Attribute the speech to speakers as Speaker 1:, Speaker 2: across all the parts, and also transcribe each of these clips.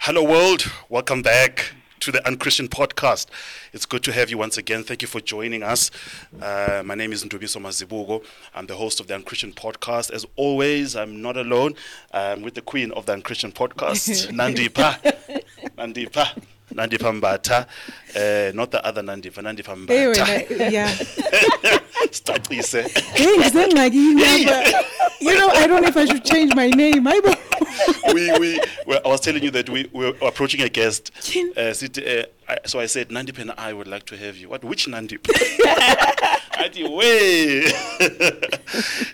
Speaker 1: Hello, world. Welcome back to the Unchristian podcast. It's good to have you once again. Thank you for joining us. Uh, my name is Ndubiso Mazibugo. I'm the host of the Unchristian podcast. As always, I'm not alone. I'm with the queen of the Unchristian podcast, Nandipa. Nandipa. Nandipa Mbata. Uh, not the other Nandipa, Nandipa
Speaker 2: Hey wena,
Speaker 1: Mbata.
Speaker 2: yeah.
Speaker 1: Stacise.
Speaker 2: Hey, ngizengakini lapha. You know, I don't know if I should change my name. I
Speaker 1: we, we, well, I was telling you that we, we were approaching a guest.
Speaker 2: Chin.
Speaker 1: Uh, sit- uh, I, so I said, Nandip and I would like to have you. What? Which Nandip? Ati, way.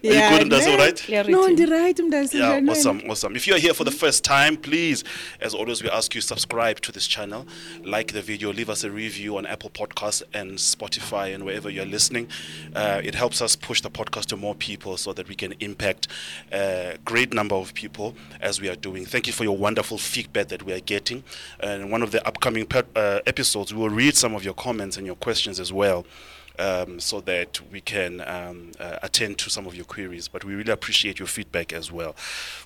Speaker 1: you good and that's all right?
Speaker 2: No, ndirayit mntase.
Speaker 1: Yeah,
Speaker 2: ndiyanene.
Speaker 1: awesome, awesome. If you're here for the first time, please, as always, we ask you subscribe to this channel, like the video, leave us a review on Apple Podcasts and Spotify and wherever you're listening. Uh, it helps us push the podcast to more people so that we can impact a great number of people as we are doing. Thank you for your wonderful feedback that we are getting. And in one of the upcoming pe- uh, episodes, we will read some of your comments and your questions as well um, so that we can um, uh, attend to some of your queries. But we really appreciate your feedback as well.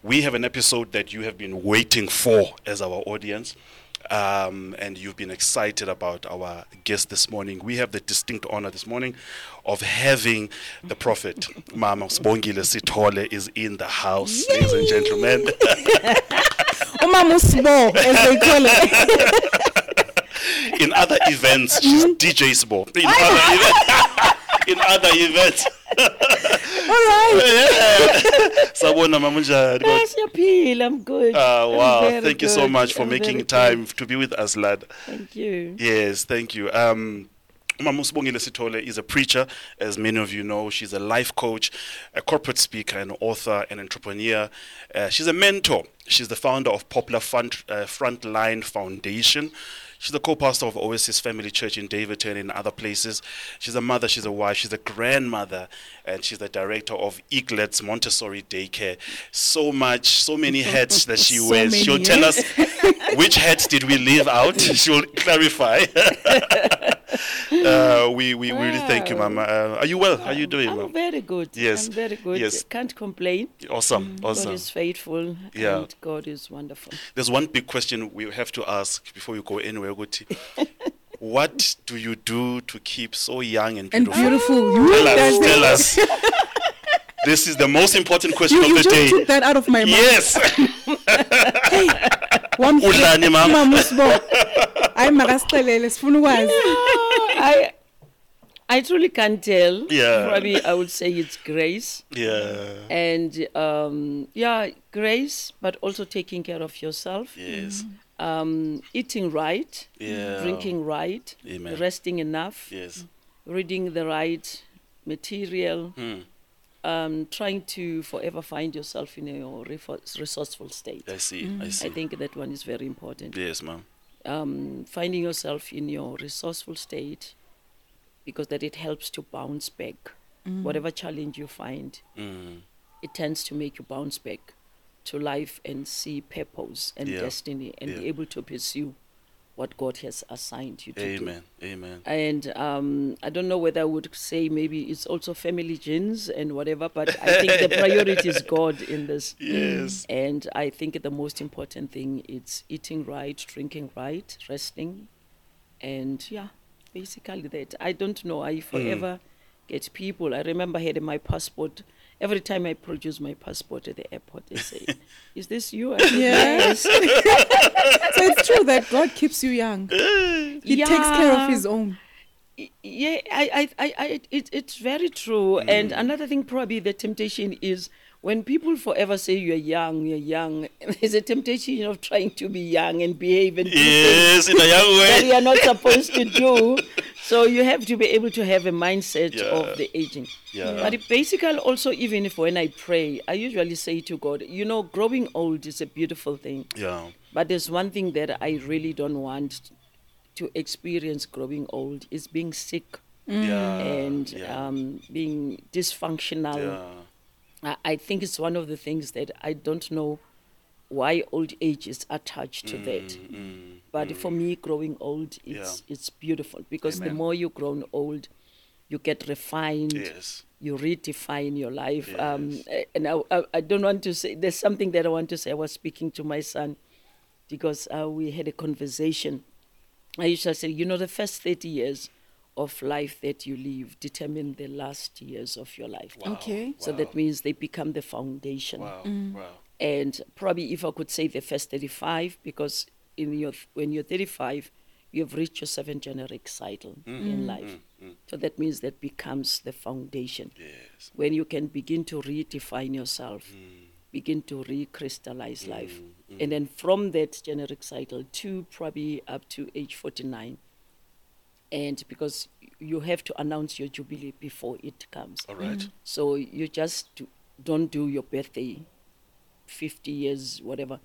Speaker 1: We have an episode that you have been waiting for as our audience. Um, and you've been excited about our guest this morning. We have the distinct honor this morning of having the prophet, Mama Sbongile Sitole, is in the house, ladies and gentlemen.
Speaker 2: Umama uSbo, as they call it.
Speaker 1: in other events, she's DJ Sbo. In other events, in other events.
Speaker 2: All right.
Speaker 1: Sabona mama unjani?
Speaker 3: Ah, siyaphila i'm good
Speaker 1: Ah,
Speaker 3: I'm
Speaker 1: wow.
Speaker 3: very
Speaker 1: Thank you so
Speaker 3: good.
Speaker 1: much for
Speaker 3: I'm
Speaker 1: making
Speaker 3: very
Speaker 1: time to be with us, lad.
Speaker 3: good. thank you
Speaker 1: Yes, thank you. Um, Mama Usibongile Sithole is a preacher, as many of you know. She's a life coach, a corporate speaker, an author, an entrepreneur. Uh, she's a mentor. She's the founder of Popular Front, uh, Frontline Foundation. She's the co-pastor of Oasis Family Church in Daverton and in other places. She's a mother, she's a wife, she's a grandmother, and she's the director of Eaglets Montessori Daycare. So much, so many hats that she
Speaker 2: So
Speaker 1: wears.
Speaker 2: many,
Speaker 1: She'll
Speaker 2: eh?
Speaker 1: tell us which hats did we leave out. She'll clarify. Uh, we we really thank you,
Speaker 3: Wow.
Speaker 1: Mama. Uh, are you well? How are you doing,
Speaker 3: i'm
Speaker 1: Mama?
Speaker 3: very good
Speaker 1: Yes.
Speaker 3: i'm very good
Speaker 1: Yes.
Speaker 3: can't complain
Speaker 1: Awesome,
Speaker 3: god
Speaker 1: awesome.
Speaker 3: is faithful
Speaker 1: Yeah.
Speaker 3: and god is wonderful
Speaker 1: There's one big question we have to ask before you go anywhere, Guti. what do you do to keep so young and
Speaker 2: And
Speaker 1: beautiful?
Speaker 2: beautiful. You
Speaker 1: Tell us,
Speaker 2: that's it.
Speaker 1: tell us. this is the most important question
Speaker 2: You,
Speaker 1: of
Speaker 2: you
Speaker 1: the
Speaker 2: just
Speaker 1: day.
Speaker 2: took that out of my mouth.
Speaker 1: Yes,
Speaker 2: Hey, one
Speaker 1: Udlani, mama?
Speaker 2: Umama uSbo. Hayi makasixelele sifuna ukwazi.
Speaker 3: i i truly can't tell
Speaker 1: Yeah.
Speaker 3: probably i would say it's grace
Speaker 1: yeah,
Speaker 3: Mm. and um yeah grace but also taking care of yourself
Speaker 1: yes,
Speaker 3: um eating right
Speaker 1: yeah,
Speaker 3: drinking right
Speaker 1: Amen.
Speaker 3: resting enough
Speaker 1: yes,
Speaker 3: reading the right material,
Speaker 1: Mm.
Speaker 3: um, trying to forever find yourself in a refo- resourceful state.
Speaker 1: I see, I
Speaker 3: Mm. I
Speaker 1: see,
Speaker 3: think that one is very important.
Speaker 1: yes, ma'am,
Speaker 3: Um, finding yourself in your resourceful state because that it helps to bounce back. Whatever challenge you find,
Speaker 1: mm.
Speaker 3: it tends to make you bounce back to life and see purpose and
Speaker 1: Yeah.
Speaker 3: destiny and be
Speaker 1: Yeah.
Speaker 3: able to pursue what God has assigned you to do.
Speaker 1: amen, amen,
Speaker 3: and um, I don't know whether I would say maybe it's also family genes and whatever, but I think the priority is God in this.
Speaker 1: yes,
Speaker 3: And I think the most important thing is eating right, drinking right, resting, and yeah, basically that. I don't know. I forever get people. I remember I had my passport. Every time I produce my passport at the airport, they say, "Is this you?" I said,
Speaker 2: Yes. So it's true that God keeps you young. He takes care of
Speaker 3: Yeah.
Speaker 2: his own.
Speaker 3: Y- yeah i i i, I it- it, it's very true
Speaker 1: Mm.
Speaker 3: and another thing probably the temptation is when people forever say you're young you're young there's a temptation of trying to be young and behave and do
Speaker 1: yes,
Speaker 3: things
Speaker 1: in a young
Speaker 3: that
Speaker 1: way.
Speaker 3: you're not supposed to do so you have to be able to have a mindset
Speaker 1: Yeah.
Speaker 3: of the aging
Speaker 1: Yeah.
Speaker 3: but it basically also even if when i pray i usually say to god you know growing old is a beautiful thing
Speaker 1: Yeah,
Speaker 3: but there's one thing that I really don't want to experience growing old is being sick
Speaker 1: yeah,
Speaker 3: Mm, and
Speaker 1: yeah,
Speaker 3: um, being dysfunctional.
Speaker 1: yeah.
Speaker 3: I, I think it's one of the things that I don't know why old age is attached to that.
Speaker 1: Mm,
Speaker 3: But for me, growing old, it's it's beautiful because the
Speaker 1: Amen.
Speaker 3: more you grown old, you get refined
Speaker 1: yes,
Speaker 3: you redefine your life. Um,
Speaker 1: Yes.
Speaker 3: a- and I, I, I don't want to say, there's something that I want to say. I was speaking to my son because uh, we had a conversation. I used to say, you know, the first 30 years of life that you live determine the last years of your life.
Speaker 1: Wow,
Speaker 2: Okay.
Speaker 3: So that means they become the foundation.
Speaker 1: Wow.
Speaker 3: Mm.
Speaker 1: Wow.
Speaker 3: And probably if I could say the first 35, because in your when you're 35, you've reached your seventh generic cycle
Speaker 1: Mm.
Speaker 3: in life. So that means that becomes the foundation
Speaker 1: Yes.
Speaker 3: when you can begin to redefine yourself, begin to recrystallize life. And then from that generic cycle to probably up to age 49. And because you have to announce your jubilee before it comes.
Speaker 1: All right.
Speaker 3: So you just do, don't do your birthday, 50 years, whatever.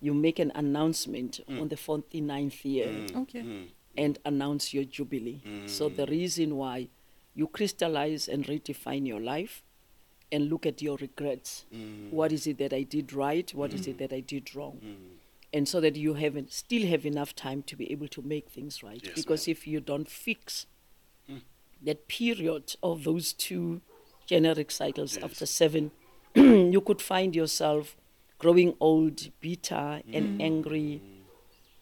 Speaker 3: You make an announcement on the 49th year
Speaker 2: Okay.
Speaker 1: Mm.
Speaker 3: and announce your jubilee. So the reason why you crystallize and redefine your life and look at your regrets. What is it that I did right? What is it that I did wrong? And so that you have still have enough time to be able to make things right.
Speaker 1: Yes,
Speaker 3: because if you don't fix that period of those two generic cycles after seven, you could find yourself growing old, bitter, and
Speaker 1: Mm.
Speaker 3: angry.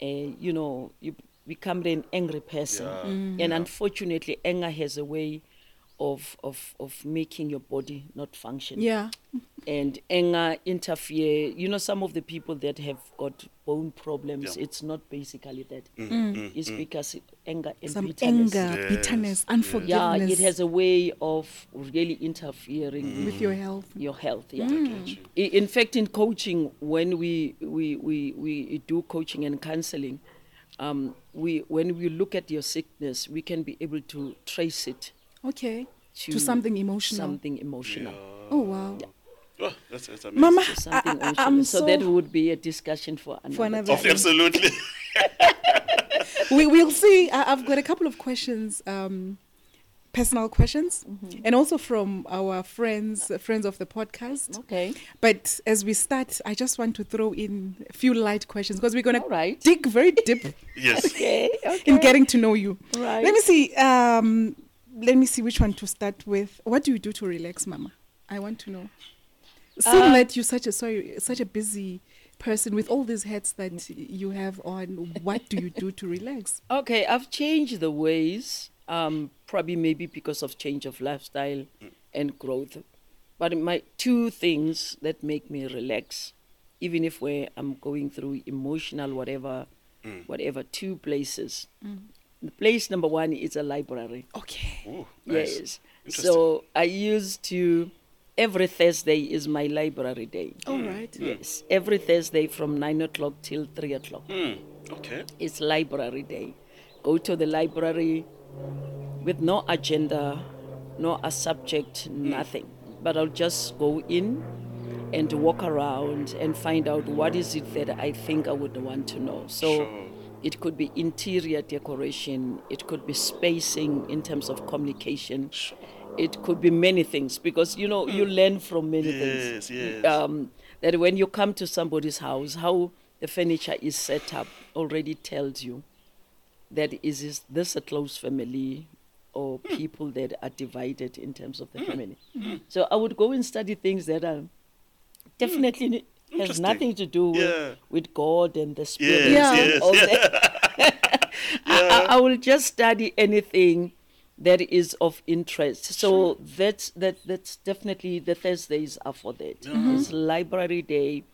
Speaker 3: Uh, you know, you become an angry person.
Speaker 1: Yeah,
Speaker 2: Mm.
Speaker 3: And unfortunately, anger has a way of, of, of making your body not function.
Speaker 2: Yeah.
Speaker 3: And anger interfere. You know, some of the people that have got bone problems,
Speaker 1: Yeah. Mm,
Speaker 3: it's not basically that. It's because anger and
Speaker 2: Mm. Some
Speaker 3: bitterness.
Speaker 2: anger,
Speaker 1: Yes,
Speaker 2: bitterness,
Speaker 1: yes.
Speaker 3: Yeah,
Speaker 2: unforgiveness
Speaker 3: it has a way of really interfering
Speaker 1: Mm.
Speaker 3: with
Speaker 2: with your health.
Speaker 3: your health. Yeah.
Speaker 2: Hmm.
Speaker 1: Get you.
Speaker 3: I- In fact, in coaching, when we we, we, we do coaching and counseling, um, we when we look at your sickness, we can be able to trace it
Speaker 2: Okay. To,
Speaker 3: to
Speaker 2: something emotional.
Speaker 3: something emotional.
Speaker 2: Oh wow.
Speaker 1: Oh, that's, that's amazing.
Speaker 2: Mama,
Speaker 3: to
Speaker 2: I, I,
Speaker 3: Something emotional.
Speaker 2: I'm
Speaker 3: so,
Speaker 2: so,
Speaker 3: that would be a discussion for another.
Speaker 2: for another.
Speaker 1: Oh, absolutely.
Speaker 2: we will see. I, I've got a couple of questions, um, personal questions,
Speaker 3: Mm-hmm.
Speaker 2: and also from our friends, uh, friends of the podcast.
Speaker 3: Okay.
Speaker 2: But as we start, I just want to throw in a few light questions because we're gonna
Speaker 3: All right.
Speaker 2: dig very deep
Speaker 1: yes.
Speaker 3: Okay. okay.
Speaker 2: in getting to know you.
Speaker 3: Right.
Speaker 2: Let me see. Um, let me see which one to start with. What do you do to relax, Mama? I want to know. Seeing that you're such a sorry, such a busy person with all these hats that you have on, what do you do to relax?
Speaker 3: Okay, I've changed the ways, um, probably maybe because of change of lifestyle and growth. But my two things that make me relax, even if where I'm going through emotional whatever,
Speaker 1: Mm.
Speaker 3: whatever, two places. The place number one is a library.
Speaker 2: Okay.
Speaker 1: Ooh, nice.
Speaker 3: Yes.
Speaker 1: Interesting.
Speaker 3: So I used to every Thursday is my library day.
Speaker 1: Oh.
Speaker 2: All right.
Speaker 3: Yes. Every Thursday from nine o'clock till three o'clock
Speaker 1: Hmm. Okay.
Speaker 3: it's library day. Go to the library with no agenda, no a subject, nothing. But I'll just go in and walk around and find out what is it that I think I would want to know. So
Speaker 1: Sure.
Speaker 3: it could be interior decoration, it could be spacing in terms of communication. It could be many things because you know you learn from many
Speaker 1: Yes,
Speaker 3: things.
Speaker 1: yes.
Speaker 3: Um, that when you come to somebody's house, how the furniture is set up already tells you that is is this a close family or
Speaker 1: Hmm.
Speaker 3: people that are divided in terms of the family. So I would go and study things that are definitely n- has
Speaker 1: Hmm. Interesting.
Speaker 3: nothing to do with,
Speaker 1: Yeah.
Speaker 3: with God and the spirit.
Speaker 1: Yes,
Speaker 2: Yeah.
Speaker 3: and
Speaker 1: yes,
Speaker 3: all that.
Speaker 1: Uh-huh.
Speaker 3: I, I- I will just study anything that is of interest. So that's that that's definitely the Thursdays are for that.
Speaker 1: Uh-huh.
Speaker 3: It's library day,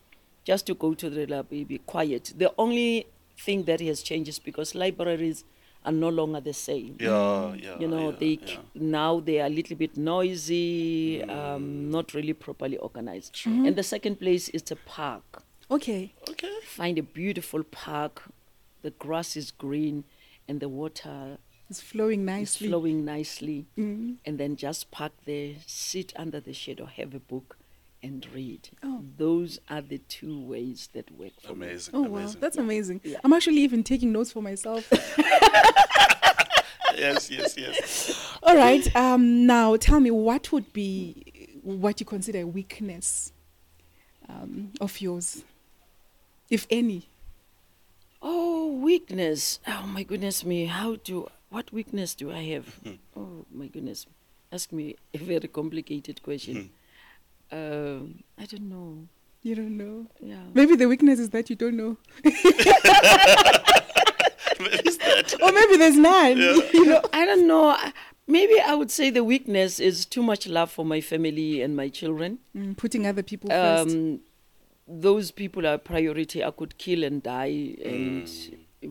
Speaker 3: just to go to the library, be quiet. The only thing that has changed is because libraries are no longer the same
Speaker 1: Yeah. Yeah.
Speaker 3: Mm. you know
Speaker 1: yeah,
Speaker 3: they
Speaker 1: yeah. Mm.
Speaker 3: c now they are a little bit noisy um, not really properly organized and the second place is the park
Speaker 2: Okay.
Speaker 1: Okay.
Speaker 3: find a beautiful park the grass is green and the water
Speaker 2: It's flowing
Speaker 3: is
Speaker 2: nicely. Mm.
Speaker 3: flowing nicely and then just park there sit under the shade or have a book and read
Speaker 2: Oh.
Speaker 3: those are the two ways that work for me
Speaker 1: Amazing.
Speaker 2: Oh wow,
Speaker 1: amazing.
Speaker 2: that's amazing. I'm actually even taking notes for myself.
Speaker 1: yes. Yes. Yes.
Speaker 2: All right. Um, now tell me, what would be what you consider a weakness um, of yours, if any?
Speaker 3: Oh, weakness. Oh, my goodness me. How do, what weakness do I have? oh, my goodness. Ask me a very complicated question. Um, I don't know.
Speaker 2: You don't know.
Speaker 3: Yeah.
Speaker 2: Maybe the weakness is that you don't know,
Speaker 1: Is that-
Speaker 2: or maybe there's none. you know.
Speaker 3: I don't know. I- Maybe I would say the weakness is too much love for my family and my children.
Speaker 2: Mm, putting other people first.
Speaker 3: Um, those people are priority. I could kill and die and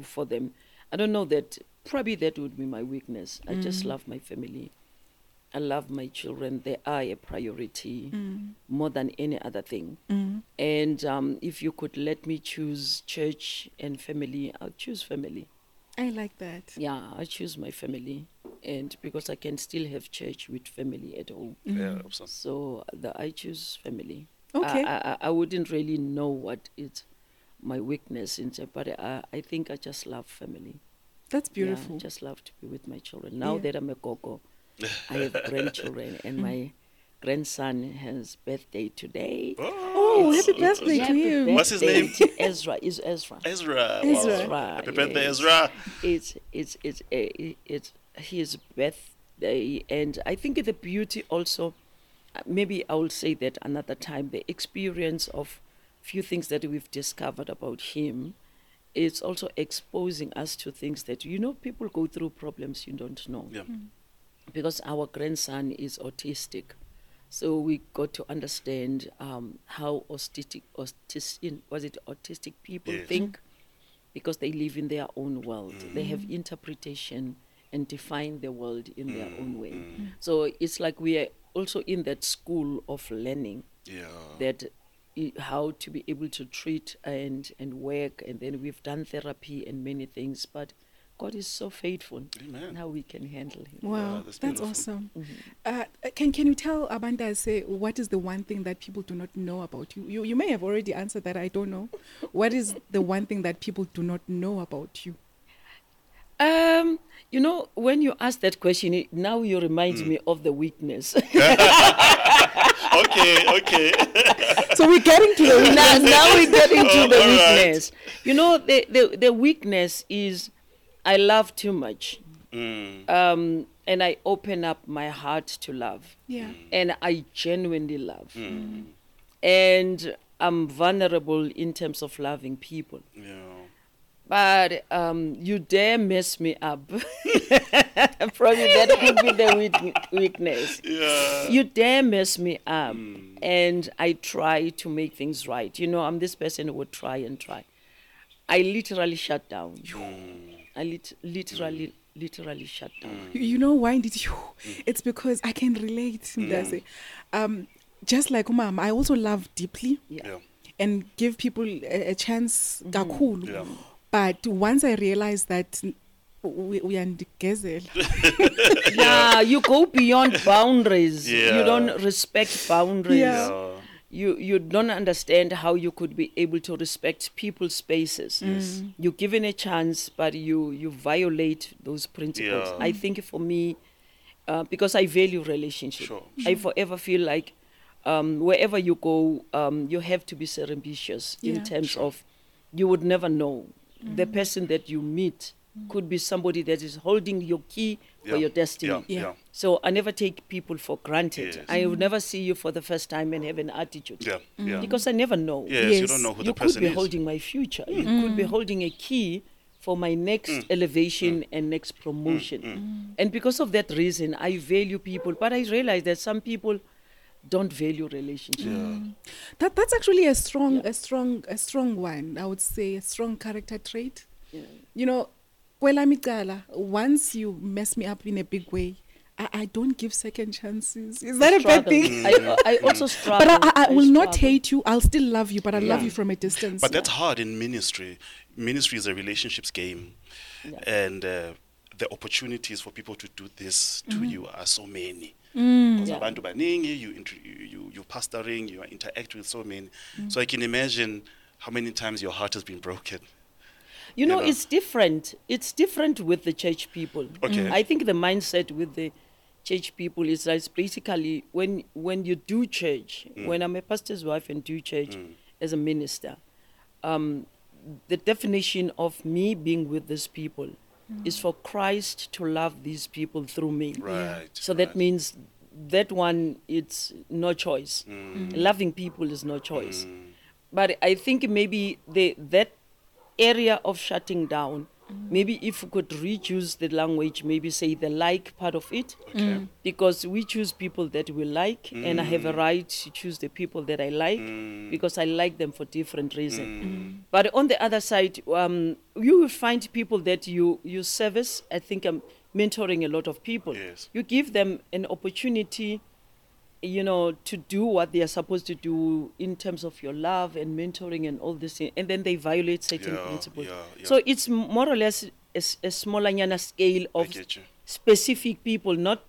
Speaker 3: for them. I don't know that. Probably that would be my weakness. I just love my family. I love my children. They are a priority
Speaker 2: Mm.
Speaker 3: more than any other thing. And um, if you could let me choose church and family, I'll choose family.
Speaker 2: I like that.
Speaker 3: Yeah, I choose my family, and because I can still have church with family at home,
Speaker 1: Yeah, absolutely.
Speaker 3: so the, I choose family.
Speaker 2: Okay.
Speaker 3: I, I, I- I wouldn't really know what is my weakness in term- but I, I think I just love family.
Speaker 2: That's
Speaker 3: Yeah,
Speaker 2: beautiful.
Speaker 3: I just love to be with my children. Now
Speaker 2: Yeah.
Speaker 3: that I'm a gogo, I have grandchildren, and my grandson has birthday today.
Speaker 2: oh,
Speaker 1: It's-
Speaker 2: happy
Speaker 1: it's-
Speaker 2: birthday to
Speaker 3: Happy
Speaker 2: him!
Speaker 1: What's his
Speaker 3: birthday
Speaker 1: name?
Speaker 3: to Ezra is Ezra.
Speaker 1: Ezra.
Speaker 2: Ezra.
Speaker 1: Wow. Happy birthday,
Speaker 3: yes.
Speaker 1: Ezra.
Speaker 3: It's it's it's eh, it's his birthday, and I think the beauty also. uh, Maybe I will say that another time. The experience of few things that we've discovered about him is also exposing us to things that you know people go through problems you don't know
Speaker 1: Yeah.
Speaker 3: because our grandson is autistic. So we got to understand um, how autistic, autistic was it autistic people
Speaker 1: Yes.
Speaker 3: think, because they live in their own world. They have interpretation and define the world in their own way. So it's like we are also in that school of learning
Speaker 1: Yeah.
Speaker 3: that i- how to be able to treat and and work and then we've done therapy and many things but god is so faithful
Speaker 1: Amen.
Speaker 3: now we can handle him
Speaker 2: Wow,
Speaker 1: Yeah, that's
Speaker 2: that's,
Speaker 1: beautiful.
Speaker 2: awesome.
Speaker 3: Mm-hmm.
Speaker 2: Uh, can can you tell Abanda say what is the one thing that people do not know about you? You you may have already answered that. I don't know. What is the one thing that people do not know about you?
Speaker 3: Um, you know, when you ask that question, it, now you remind
Speaker 1: Mm.
Speaker 3: me of the weakness.
Speaker 1: Okay, okay.
Speaker 2: So we're getting to the
Speaker 3: now, now we're getting to
Speaker 1: Oh,
Speaker 3: the
Speaker 1: all right.
Speaker 3: weakness. You know, the, the, the weakness is I love too much.
Speaker 1: Mm.
Speaker 3: Um, and I open up my heart to love.
Speaker 2: Yeah.
Speaker 1: Mm.
Speaker 3: And I genuinely love. And I'm vulnerable in terms of loving people.
Speaker 1: Yeah.
Speaker 3: But um, you dare mess me up. Probably that could be the weak- weakness.
Speaker 1: Yeah. Hmm.
Speaker 3: You dare mess me up. And I try to make things right. You know, I'm this person who would try and try. I literally shut down.
Speaker 1: Hmm.
Speaker 3: I lit- literally, literally shut down.
Speaker 2: You- you know why did you
Speaker 3: Mm.
Speaker 2: it's because i can relate Mdase. um just like umam i also love deeply
Speaker 3: Yeah.
Speaker 1: Yeah.
Speaker 2: and give people a, a chance
Speaker 3: Mm.
Speaker 2: kakhulu
Speaker 1: Yeah.
Speaker 2: but once i realized that n- we uyandigezela
Speaker 3: Yeah, you go beyond boundaries.
Speaker 1: Yeah.
Speaker 3: You don't respect boundaries.
Speaker 2: Yeah.
Speaker 1: Yeah.
Speaker 3: you you don't understand how you could be able to respect people's spaces. You're given a chance, but you you violate those principles.
Speaker 1: Yeah. Mm.
Speaker 3: I think for me, uh, because I value relationship,
Speaker 1: Sure,
Speaker 3: I forever feel like um, wherever you go, um, you have to be surreptitious
Speaker 2: Yeah.
Speaker 3: in terms of you would never know the person that you meet could be somebody that is holding your key for
Speaker 1: Yeah.
Speaker 3: your destiny.
Speaker 1: Yeah. Yeah.
Speaker 3: So I never take people for granted.
Speaker 1: Yes.
Speaker 3: I will never see you for the first time and have an attitude.
Speaker 1: Yeah. Yeah.
Speaker 3: Mm. Because I never know.
Speaker 1: Yes, you
Speaker 2: Yes.
Speaker 1: don't know who
Speaker 3: you
Speaker 1: the
Speaker 3: could
Speaker 1: person is.
Speaker 3: be holding my future. You
Speaker 2: Mm.
Speaker 3: could be holding a key for my next
Speaker 1: Mm.
Speaker 3: elevation and next promotion. And because of that reason, I value people. But I realize that some people don't value relationships.
Speaker 2: that that's actually a strong a strong a strong one i would say a strong character trait
Speaker 3: Yeah.
Speaker 2: you know kwelami icala once you mess me up in a big way I, I don't give second chances. Is that a bad
Speaker 3: Struggle.
Speaker 2: thing?
Speaker 3: I, I also
Speaker 1: Mm.
Speaker 3: struggle.
Speaker 2: But I, I, I will not
Speaker 3: struggle.
Speaker 2: hate you. I'll still love you, but I love
Speaker 3: Yeah.
Speaker 2: you from a distance.
Speaker 1: But that's hard in ministry. Ministry is a relationships game,
Speaker 3: Yeah.
Speaker 1: and uh, the opportunities for people to do this to you are so many. Because
Speaker 3: Mm-hmm. Mm, Yeah.
Speaker 1: abantu baningi, you, inter- you you you pastoring, you interact with so many.
Speaker 3: Mm.
Speaker 1: So I can imagine how many times your heart has been broken.
Speaker 3: You know,
Speaker 1: know?
Speaker 3: it's different. It's different with the church people.
Speaker 1: Okay.
Speaker 3: I think the mindset with the church people is that it's basically when when you do church,
Speaker 1: Mm.
Speaker 3: when I'm a pastor's wife and do church as a minister, um, the definition of me being with these people is for Christ to love these people through me.
Speaker 1: Right.
Speaker 3: So
Speaker 1: right.
Speaker 3: that means
Speaker 1: Mm.
Speaker 3: that one, it's no choice. Loving people is no choice. but I think maybe the that area of shutting down, maybe if we could reduce the language, maybe say the like part of it,
Speaker 1: Okay. Mm.
Speaker 3: because we choose people that we like, and I have a right to choose the people that I like
Speaker 1: Mm.
Speaker 3: because I like them for different reasons. But on the other side, um, you will find people that you you service. I think I'm mentoring a lot of people.
Speaker 1: Yes.
Speaker 3: You give them an opportunity you know, to do what they are supposed to do in terms of your love and mentoring and all this, thing, and then they violate certain
Speaker 1: Yeah,
Speaker 3: principles.
Speaker 1: yeah, yeah.
Speaker 3: So it's m- more or less a, s- a smaller nyana scale
Speaker 1: I
Speaker 3: of
Speaker 1: get you.
Speaker 3: specific people, not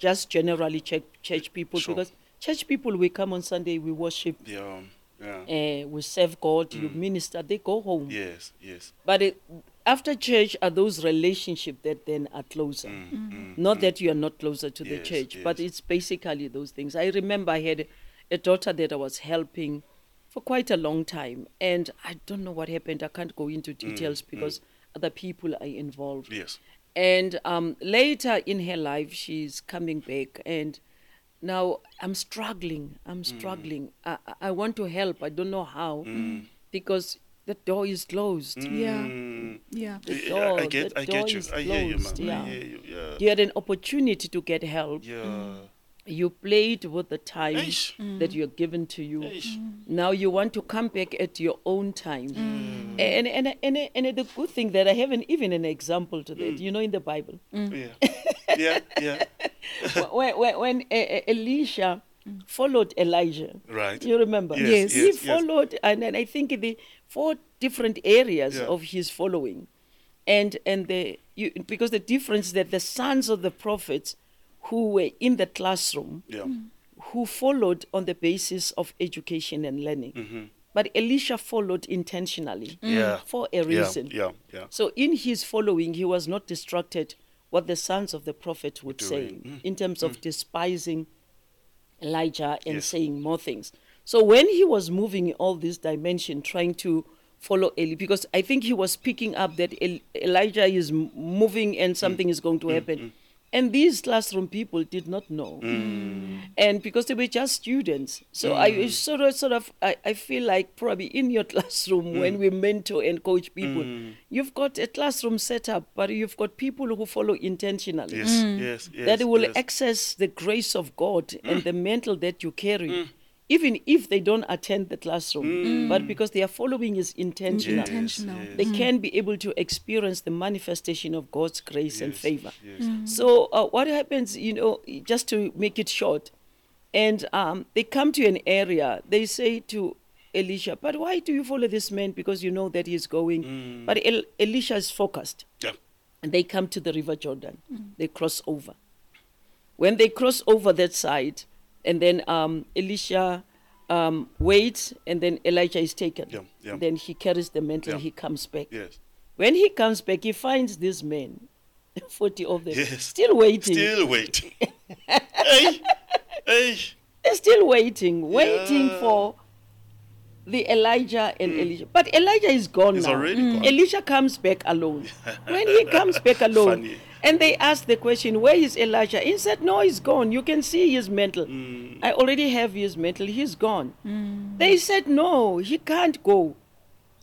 Speaker 3: just generally church, church people,
Speaker 1: Sure.
Speaker 3: because church people we come on Sunday, we worship,
Speaker 1: Yeah. Yeah.
Speaker 3: uh, we serve God, you
Speaker 1: Mm.
Speaker 3: minister, they go home.
Speaker 1: Yes. Yes.
Speaker 3: But it, after church are those relationships that then are closer. Mm-hmm. Not that you are not closer to the
Speaker 1: Mm, Yes,
Speaker 3: church, but
Speaker 1: yes.
Speaker 3: it's basically those things. I remember I had a daughter that I was helping for quite a long time, and I don't know what happened. I can't go
Speaker 1: Mm,
Speaker 3: into details because other people are involved.
Speaker 1: Yes.
Speaker 3: And um, later in her life, she's coming back, and now I'm struggling. I'm
Speaker 1: Mm.
Speaker 3: struggling. I, I- I want to help. I don't know how because the door is closed.
Speaker 2: Yeah.
Speaker 1: Mm.
Speaker 2: Yeah.
Speaker 3: The
Speaker 1: Yeah,
Speaker 3: door-
Speaker 1: I get.
Speaker 3: the
Speaker 1: I
Speaker 3: door
Speaker 1: get you.
Speaker 3: is
Speaker 1: I hear you, man.
Speaker 3: closed,
Speaker 1: I
Speaker 3: yeah.
Speaker 1: hear you. Yeah.
Speaker 3: You had an opportunity to get help.
Speaker 1: Yeah.
Speaker 3: You played with the time
Speaker 1: Eish.
Speaker 3: that you're given to you.
Speaker 1: Eish.
Speaker 3: Now you want to come back at your own time.
Speaker 1: Mm.
Speaker 3: And, and, and, and the good thing that I haven't even an example to
Speaker 1: Mm.
Speaker 3: that, you know, in the Bible.
Speaker 1: Yeah. yeah. Yeah.
Speaker 3: when, when, when uh, uh, Elisha followed Elijah,
Speaker 1: Right.
Speaker 3: You remember?
Speaker 1: Yes,
Speaker 2: Yes.
Speaker 3: He
Speaker 1: yes, yes.
Speaker 3: followed, and then I think the four different areas
Speaker 1: Yeah.
Speaker 3: of his following, and and the you, because the difference that the sons of the prophets who were in the classroom
Speaker 1: Yeah.
Speaker 3: who followed on the basis of education and learning. But Elisha followed intentionally
Speaker 1: Mm-hmm. Yeah.
Speaker 3: for a
Speaker 1: Yeah.
Speaker 3: reason.
Speaker 1: Yeah. Yeah.
Speaker 3: So in his following, he was not distracted what the sons of the prophet would say
Speaker 1: Doing. Mm.
Speaker 3: in terms of despising Elijah and
Speaker 1: Yes.
Speaker 3: saying more things. So when he was moving in all this dimension, trying to follow Eli, because I think he was picking up that El- Elijah is m- moving and
Speaker 1: Mm.
Speaker 3: something is going to happen. And these classroom people did not know.
Speaker 1: Mm.
Speaker 3: And because they were just students. So I sort of, sort of I, I feel like probably in your classroom
Speaker 1: Mm.
Speaker 3: when we mentor and coach people, you've got a classroom setup, but you've got people who follow intentionally
Speaker 1: Yes. Yes. Yes.
Speaker 3: Mm. that will
Speaker 1: yes. Mm.
Speaker 3: access the grace of God and the mantle that you carry, even if they don't attend the classroom, but because their following is intentional,
Speaker 1: Mm. Yes,
Speaker 2: Intentional.
Speaker 1: yes.
Speaker 3: they can be able to experience the manifestation of God's grace and
Speaker 1: Yes,
Speaker 3: favor.
Speaker 1: yes.
Speaker 3: So, uh, what happens, you know, just to make it short, and um, they come to an area, they say to Elisha, But why do you follow this man? Because you know that he's going.
Speaker 1: Mm.
Speaker 3: But El- Elisha is focused
Speaker 1: Yeah.
Speaker 3: and they come to the river jordan they cross over when they cross over that side and then um, elisha um, waits and then elijah is taken
Speaker 1: Yeah, yeah.
Speaker 3: then he carries the mantle
Speaker 1: Yeah.
Speaker 3: he comes back
Speaker 1: Yes.
Speaker 3: when he comes back he finds these men 40 of them
Speaker 1: Yes.
Speaker 3: still waiting
Speaker 1: Still waiting. hey. Hey.
Speaker 3: they're still waiting waiting
Speaker 1: Yeah. Hmm.
Speaker 3: for the Elijah and Elisha. But Elijah is gone
Speaker 1: He's
Speaker 3: now. Hmm.
Speaker 1: already Mm. gone.
Speaker 3: Elisha comes back alone. when he comes back alone,
Speaker 1: Funny.
Speaker 3: and they ask the question, Where is Elijah? He said, No, he's gone. You can see his mantle.
Speaker 1: Hmm.
Speaker 3: I already have his mantle. He's gone. They said, No, he can't go.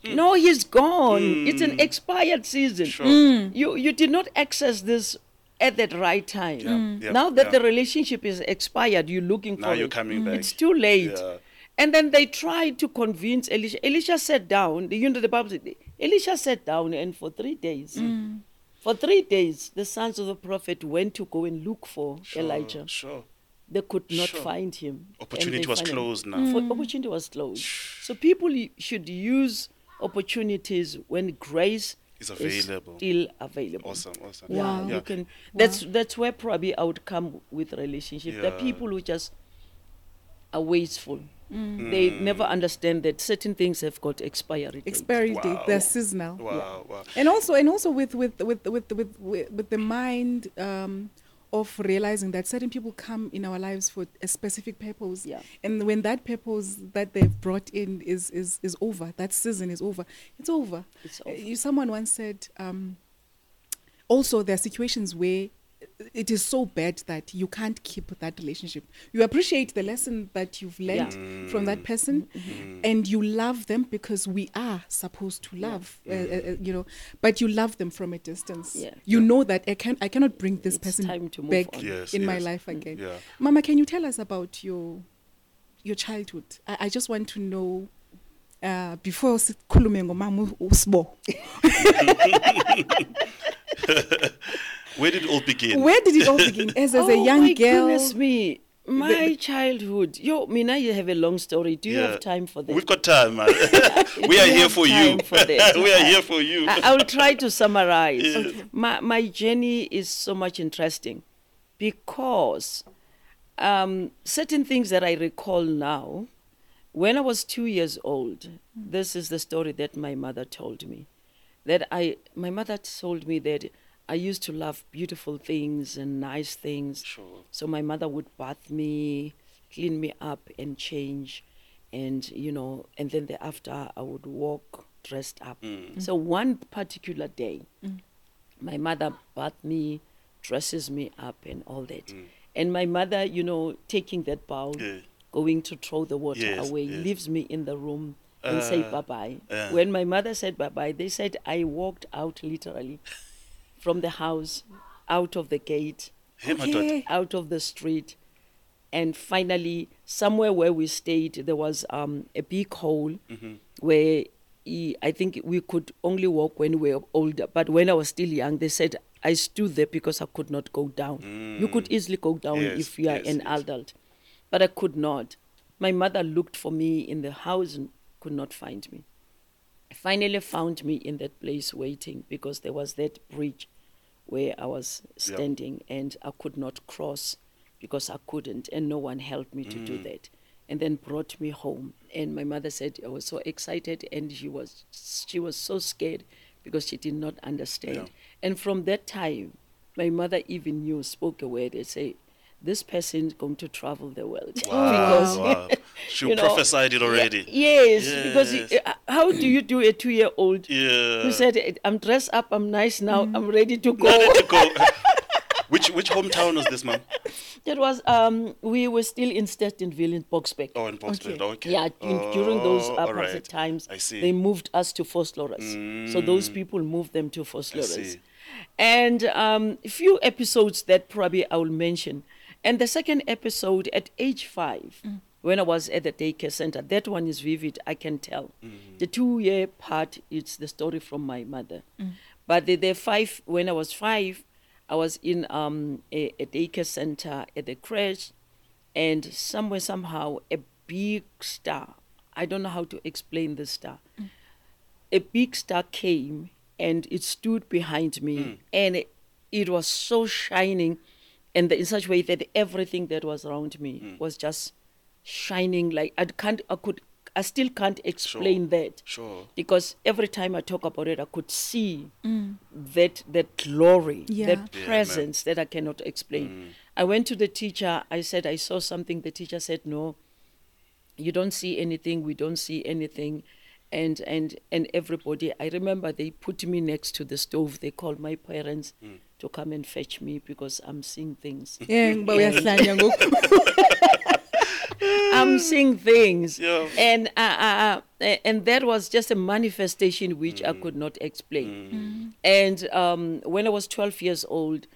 Speaker 3: No, he's gone. It's an expired season.
Speaker 1: Hmm. Sure.
Speaker 3: You you did not access this at that right time.
Speaker 1: Yeah, Mm. yeah,
Speaker 3: now that
Speaker 1: yeah.
Speaker 3: the relationship is expired, you're looking
Speaker 1: Now
Speaker 3: for
Speaker 1: you're
Speaker 3: it. Mm,
Speaker 1: coming back.
Speaker 3: It's too late.
Speaker 1: Yeah.
Speaker 3: And then they tried to convince Elisha. Elisha sat down. The, you know the Bible. said, Elisha sat down, and for three days, for three days, the sons of the prophet went to go and look for
Speaker 1: Sure,
Speaker 3: Elijah.
Speaker 1: Sure.
Speaker 3: They could not
Speaker 1: sure.
Speaker 3: find him. and
Speaker 1: Opportunity
Speaker 3: they
Speaker 1: was
Speaker 3: find him.
Speaker 1: closed now.
Speaker 3: For opportunity was closed. So people y- should use opportunities when grace
Speaker 1: Is available.
Speaker 3: still available.
Speaker 1: Awesome. Awesome.
Speaker 3: Yeah,
Speaker 2: Wow.
Speaker 1: Yeah.
Speaker 3: you can. That's that's where probably I would come with relationship. The
Speaker 1: Yeah.
Speaker 3: people who just are wasteful. Mm.
Speaker 1: Mm.
Speaker 3: They never understand that certain things have got expiry date.
Speaker 2: Expiry date.
Speaker 1: Wow.
Speaker 2: They're seasonal.
Speaker 1: Wow. Wow.
Speaker 2: and also and also with with with with with with, with the mind um, of realizing that certain people come in our lives for a specific purpose
Speaker 3: Yeah.
Speaker 2: and when that purpose that they've brought in is is is over that season is over it's over
Speaker 3: It's
Speaker 2: Uh,
Speaker 3: over.
Speaker 2: you someone once said um also there are situations where it is so bad that you can't keep that relationship. You appreciate the lesson that you've
Speaker 3: Yeah.
Speaker 2: learned from
Speaker 1: Mm.
Speaker 2: that person, and you love them because we are supposed to love, uh, uh, uh, you know. But you love them from a distance.
Speaker 3: Yeah.
Speaker 2: You know that I can I cannot bring this
Speaker 3: It's
Speaker 2: person
Speaker 3: time to move
Speaker 2: back
Speaker 3: on.
Speaker 1: Yes,
Speaker 2: in my
Speaker 1: yes.
Speaker 2: life again.
Speaker 1: Yeah.
Speaker 2: Mama, can you tell us about your your childhood? I, I just want to know. Uh, before sikhulume ngomama u- uSbo.
Speaker 1: Where did it all begin?
Speaker 2: where did it all begin? As, as a
Speaker 3: Oh
Speaker 2: young
Speaker 3: my
Speaker 2: girl,
Speaker 3: goodness me. My childhood. Yo, Mina, you have a long story. Do you
Speaker 1: Yeah.
Speaker 3: have time for that?
Speaker 1: We've got time, man. we are
Speaker 3: We
Speaker 1: here
Speaker 3: have
Speaker 1: for you.
Speaker 3: time for Ah, that.
Speaker 1: we are here for you.
Speaker 3: I, I will try to summarize. My my journey is so much interesting because um, certain things that I recall now, when I was two years old, this is the story that my mother told me. That I my mother told me that I used to love beautiful things and nice things.
Speaker 1: Sure.
Speaker 3: So my mother would bath me, clean me up, and change, and you know, and then thereafter I would walk dressed up.
Speaker 1: Mm.
Speaker 3: So one particular day, my mother bathed me, dresses me up, and all that. And my mother, you know, taking that bowl,
Speaker 1: Mm. Yeah.
Speaker 3: going to throw the water
Speaker 1: Yes,
Speaker 3: away,
Speaker 1: yes.
Speaker 3: leaves me in the room and say
Speaker 1: Uh,
Speaker 3: bye bye.
Speaker 1: uh.
Speaker 3: When my mother said bye bye, they said I walked out literally from the house, out of the gate,
Speaker 1: Hey, my daughter.
Speaker 2: Okay.
Speaker 3: out of the street. And finally, somewhere where we stayed, there was um, a big hole
Speaker 1: Mm-hmm.
Speaker 3: where he, I think we could only walk when we were older. But when I was still young, they said I stood there because I could not go down. You could easily go down
Speaker 1: Mm. Yes,
Speaker 3: if you are
Speaker 1: yes,
Speaker 3: an
Speaker 1: yes.
Speaker 3: adult, but I could not. My mother looked for me in the house and could not find me finally found me in that place waiting because there was that bridge where I was
Speaker 1: Yeah.
Speaker 3: standing and I could not cross because I couldn't and no one helped me to
Speaker 1: Mm.
Speaker 3: do that and then brought me home and my mother said I was so excited and she was she was so scared because she did not understand
Speaker 1: Yeah.
Speaker 3: and from that time my mother even knew spoke a word and say this person's going to travel the world because
Speaker 1: wow. She
Speaker 3: you know,
Speaker 1: prophesied it already.
Speaker 3: Ye- yes, because
Speaker 1: Yes.
Speaker 3: you- uh, how do you do a two-year-old
Speaker 1: Yeah.
Speaker 3: who said, "Eh, "I'm dressed up, I'm nice now, I'm ready to go"?
Speaker 1: No, no, Mm. to go. which which hometown was this, ma'am?
Speaker 3: That was um, we were still in Stettinville in Boxbeck.
Speaker 1: Oh, in Boxburg. Okay.
Speaker 2: Okay.
Speaker 3: Yeah, in, during those
Speaker 1: Oh,
Speaker 3: apartheid
Speaker 1: all right.
Speaker 3: times,
Speaker 1: I see.
Speaker 3: they moved us to Fort Lawrence. So those people moved them to Fort
Speaker 1: Mm. I see.
Speaker 3: Lawrence. And um, a few episodes that probably I will mention. And the second episode at age five, when I was at the daycare center, that one is vivid, I can tell.
Speaker 1: Mm-hmm.
Speaker 3: The two year part, it's the story from my mother. But the, the five, when I was five, I was in um, a, a daycare center at the crash and somewhere somehow a big star i don't know how to explain the star a big star came and it stood behind me and it, it was so shining and in such way that everything that was around me was just shining like i can't i could i still can't explain that
Speaker 1: Sure.
Speaker 3: Mm. because every time i talk about it i could see that that glory
Speaker 2: Yeah.
Speaker 3: that
Speaker 2: Yeah,
Speaker 1: man.
Speaker 3: presence that i cannot explain i went to the teacher i said i saw something the teacher said no you don't see anything we don't see anything and and and everybody i remember they put me next to the stove they called my parents to come and fetch me because i'm seeing things
Speaker 2: Eh, ngoba uyahlanya ngoku.
Speaker 3: i'm seeing things
Speaker 1: Yeah.
Speaker 3: and uh, uh, uh, and that was just a manifestation which
Speaker 1: Mm.
Speaker 3: i could not explain and um, when i was 12 years old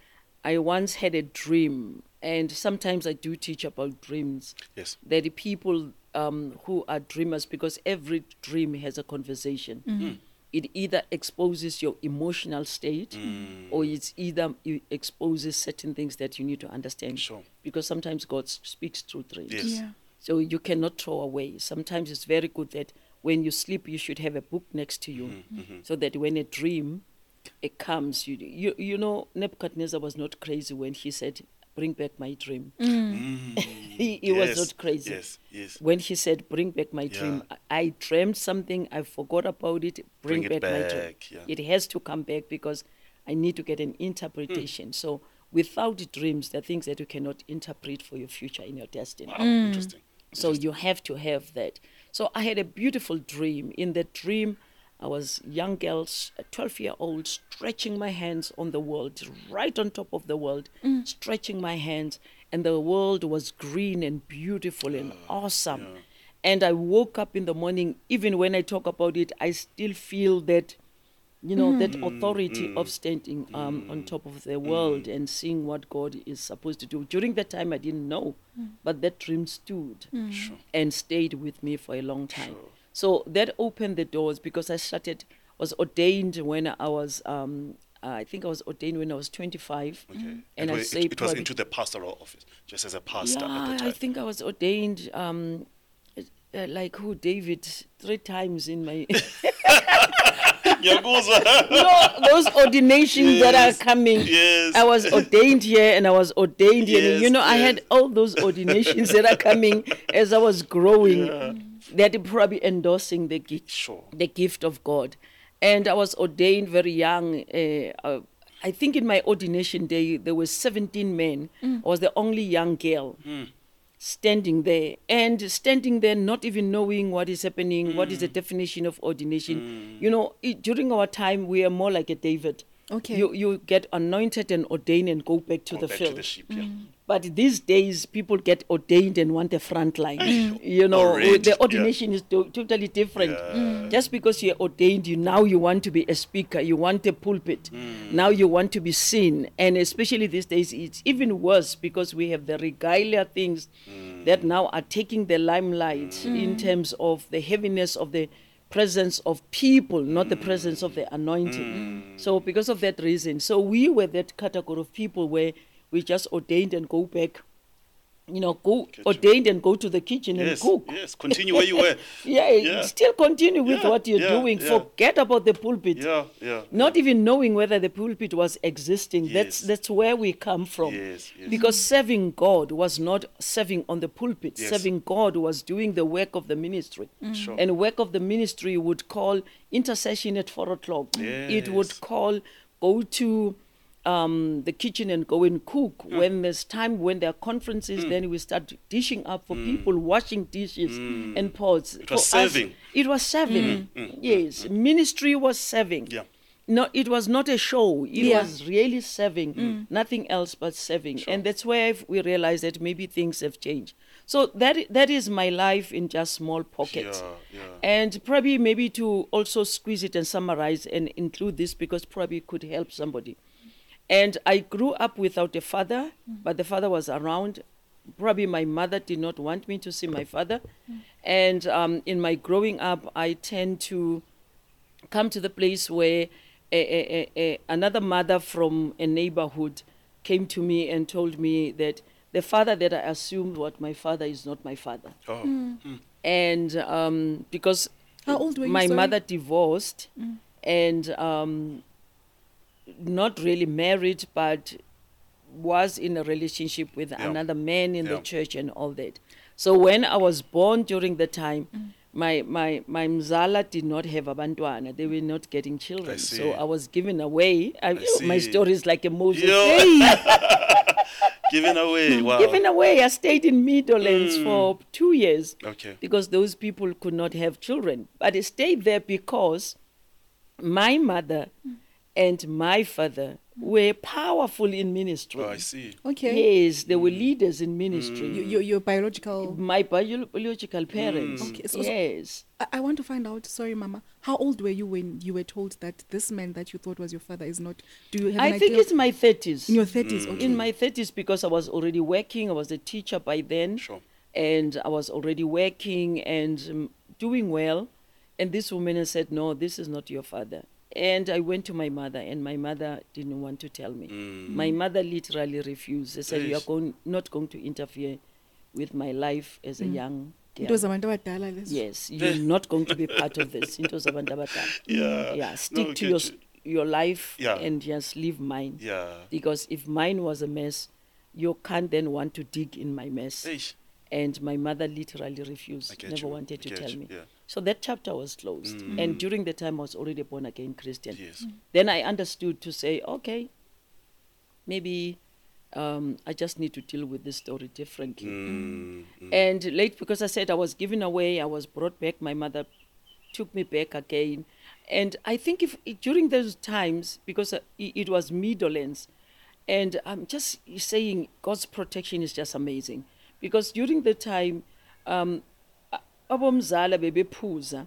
Speaker 3: i once had a dream and sometimes i do teach about dreams
Speaker 1: Yes.
Speaker 3: that the people um, who are dreamers, because every dream has a conversation.
Speaker 1: Hmm.
Speaker 3: It either exposes your emotional state,
Speaker 1: Mm.
Speaker 3: or it's either it exposes certain things that you need to understand.
Speaker 1: Sure.
Speaker 3: Because sometimes God s- speaks through dreams.
Speaker 1: Yes.
Speaker 2: yeah.
Speaker 3: So you cannot throw away. Sometimes it's very good that when you sleep, you should have a book next to you,
Speaker 1: Mm-hmm,
Speaker 3: so that when a dream it comes, you, you you know Nebuchadnezzar was not crazy when he said, "Bring back my dream." he he
Speaker 1: Mm. Yes,
Speaker 3: was not crazy.
Speaker 1: Yes. Yes.
Speaker 3: When he said, "Bring back my dream," I, I dreamt something. I forgot about it. Bring,
Speaker 1: Bring it
Speaker 3: back, my dream.
Speaker 1: back, yeah.
Speaker 3: It has to come back because I need to get an
Speaker 1: Mm.
Speaker 3: interpretation. So. Without dreams, there are things that you cannot interpret for your future in your destiny.
Speaker 1: Wow. Interesting.
Speaker 3: So you have to have that. So I had a beautiful dream. In that dream, I was young girls, 12 year old, stretching my hands on the world, right on top of the world, stretching my hands. And the world was green and beautiful and awesome. And I woke up in the morning, even when I talk about it, I still feel that, you know, that
Speaker 1: Mm-hmm.
Speaker 3: authority of standing um, on top of the world and seeing what God is supposed to do. During that time, I didn't know,
Speaker 1: Mm.
Speaker 3: but that dream stood and stayed with me for a long time. So that opened the doors because I started was ordained when I was um I think I was ordained when I was 25,
Speaker 1: Okay.
Speaker 3: Mm.
Speaker 1: it,
Speaker 3: and I
Speaker 1: was,
Speaker 3: saved
Speaker 1: it, it was
Speaker 3: probably-
Speaker 1: into the pastoral office, just as a pastor at
Speaker 3: yeah,
Speaker 1: the time.
Speaker 3: I think I was ordained um uh, like who David three times in my
Speaker 1: Nyaguza.
Speaker 3: no, those ordinations that
Speaker 1: Yes,
Speaker 3: are coming.
Speaker 1: yes.
Speaker 3: I was ordained here and I was ordained here.
Speaker 1: Yes,
Speaker 3: you know, I had
Speaker 1: yes.
Speaker 3: all those ordinations that are coming as I was growing. That are probably endorsing the gift,
Speaker 1: Sure.
Speaker 3: the gift of God. And I was ordained very young. Uh, uh, I think in my ordination day, there were 17 men. I was the only young girl
Speaker 1: Hmm.
Speaker 3: standing there and standing there not even knowing what is happening what is the
Speaker 1: Hmm.
Speaker 3: definition of ordination you know it, during our time we are more like a david
Speaker 2: Okay.
Speaker 3: you you get anointed and ordained and go back to
Speaker 1: Go
Speaker 3: the
Speaker 1: back
Speaker 3: field Mm.
Speaker 1: to the sheep, yeah.
Speaker 3: but these days people get ordained and want the front line you know
Speaker 1: Already,
Speaker 3: the
Speaker 1: yeah.
Speaker 3: ordination is to- totally different Mm.
Speaker 1: Yeah.
Speaker 3: just because you're ordained you now you want to be a speaker you want a pulpit
Speaker 1: Mm.
Speaker 3: now you want to be seen and especially these days it's even worse because we have the regalia things
Speaker 1: Mm.
Speaker 3: that now are taking the limelight in terms of the heaviness of the presence of people not the
Speaker 1: Mm.
Speaker 3: presence of the anointing so because of that reason so we were that category of people where we just ordained and go back you know go
Speaker 1: Kitchen.
Speaker 3: ordained and go to the kitchen
Speaker 1: Yes,
Speaker 3: and cook
Speaker 1: yes, continue where you were.
Speaker 3: yeah,
Speaker 1: Yeah.
Speaker 3: still continue with
Speaker 1: Yeah,
Speaker 3: what you're
Speaker 1: yeah,
Speaker 3: doing.
Speaker 1: yeah.
Speaker 3: Forget about the pulpit.
Speaker 1: Yeah, yeah.
Speaker 3: Not even knowing whether the pulpit was existing. That's
Speaker 1: Yes.
Speaker 3: that's where we come from.
Speaker 1: Yes, yes.
Speaker 3: Because serving God was not serving on the pulpit.
Speaker 1: Yes.
Speaker 3: Serving God was doing the work of the ministry.
Speaker 1: Sure.
Speaker 3: And work of the ministry would call intercession at four o'clock. It
Speaker 1: Yes.
Speaker 3: would call go to um, the kitchen and go and cook.
Speaker 1: Mm.
Speaker 3: When there's time, when there are conferences, then we start dishing up for people, washing dishes and pots. It
Speaker 1: Mm. was serving. Mm.
Speaker 3: it was serving. Yes, ministry was serving.
Speaker 1: Yeah.
Speaker 3: No, it was not a show. It
Speaker 2: Yeah.
Speaker 3: was really serving, nothing else but serving. And that's where I've- we realized that maybe things have changed. So that i- that is my life in just small pockets.
Speaker 1: Yeah, yeah.
Speaker 3: And probably maybe to also squeeze it and summarize and include this because probably it could help somebody. And I grew up without a father, but the father was around. Probably my mother did not want me to see my father. And um, in my growing up, I tend to come to the place where a, a, a, a, another mother from a neighborhood came to me and told me that the father that I assumed was my father is not my father.
Speaker 1: Oh,
Speaker 3: Mm. And um, because
Speaker 2: How old were you,
Speaker 3: my
Speaker 2: sorry?
Speaker 3: mother divorced and um, not really married, but was in a relationship with
Speaker 1: Yeah.
Speaker 3: another man in the
Speaker 1: Yeah.
Speaker 3: church and all that. So when I was born during the time, my, my, my mzala did not have abantwana. They were not getting children.
Speaker 1: see.
Speaker 3: So I was given away. I, my
Speaker 1: see.
Speaker 3: story is like a Moses.
Speaker 1: Yo.
Speaker 3: Hey,
Speaker 1: giving away. Wow.
Speaker 3: given away. I stayed in Midlands
Speaker 1: Mm.
Speaker 3: for two years
Speaker 1: Okay.
Speaker 3: because those people could not have children. But I stayed there because my mother
Speaker 2: Mm.
Speaker 3: and my father were powerful in ministry.
Speaker 1: Oh, I see. Mm.
Speaker 2: Okay.
Speaker 3: Yes, they were leaders in ministry.
Speaker 2: Your, your, your biological.
Speaker 3: My bio- biological
Speaker 1: Mm.
Speaker 3: parents.
Speaker 2: Okay, so- so-
Speaker 3: yes.
Speaker 2: I, I want to find out. Sorry, Mama. How old were you when you were told that this man that you thought was your father is not? Do you have?
Speaker 3: I
Speaker 2: an
Speaker 3: think
Speaker 2: idea?
Speaker 3: it's my 30s.
Speaker 2: in your thirties.
Speaker 1: Mm.
Speaker 2: Okay.
Speaker 3: in my 30s because I was already working. I was a teacher by then.
Speaker 1: Sure.
Speaker 3: And I was already working and um, doing well. And this woman has said, No, this is not your father. And I went to my mother, and my mother didn't want to tell me.
Speaker 1: Mm.
Speaker 3: My mother literally refused. They said, You are
Speaker 1: Eish.
Speaker 3: going, not going to interfere with my life as a young girl.
Speaker 2: It was abantu abadala. this-
Speaker 3: Yes, you're not going to be part of this. Into Zabantu Abathathu.
Speaker 1: Yeah.
Speaker 3: uh, Yeah,
Speaker 1: No,
Speaker 3: stick to
Speaker 1: get
Speaker 3: your s-
Speaker 1: you.
Speaker 3: your life
Speaker 1: Yeah.
Speaker 3: and just leave mine.
Speaker 1: Yeah.
Speaker 3: Because if mine was a mess, you can't then want to dig in my mess.
Speaker 1: Eish.
Speaker 3: And my mother literally
Speaker 1: I
Speaker 3: refused,
Speaker 1: get
Speaker 3: never
Speaker 1: you,
Speaker 3: wanted
Speaker 1: I
Speaker 3: to
Speaker 1: get
Speaker 3: tell
Speaker 1: you,
Speaker 3: me.
Speaker 1: yeah. Mm.
Speaker 3: So that chapter was closed. And during the time, I was already a born again Christian.
Speaker 1: Yes.
Speaker 3: Then I understood to say, okay, maybe um, I just need to deal with this story differently.
Speaker 1: Mm.
Speaker 3: And late because I said I was given away, I was brought back. My mother took me back again, And I think if during those times, because uh, it it was Midlands, and I'm just saying God's protection is just amazing, because during the time, um, a- abomzala bebephuza,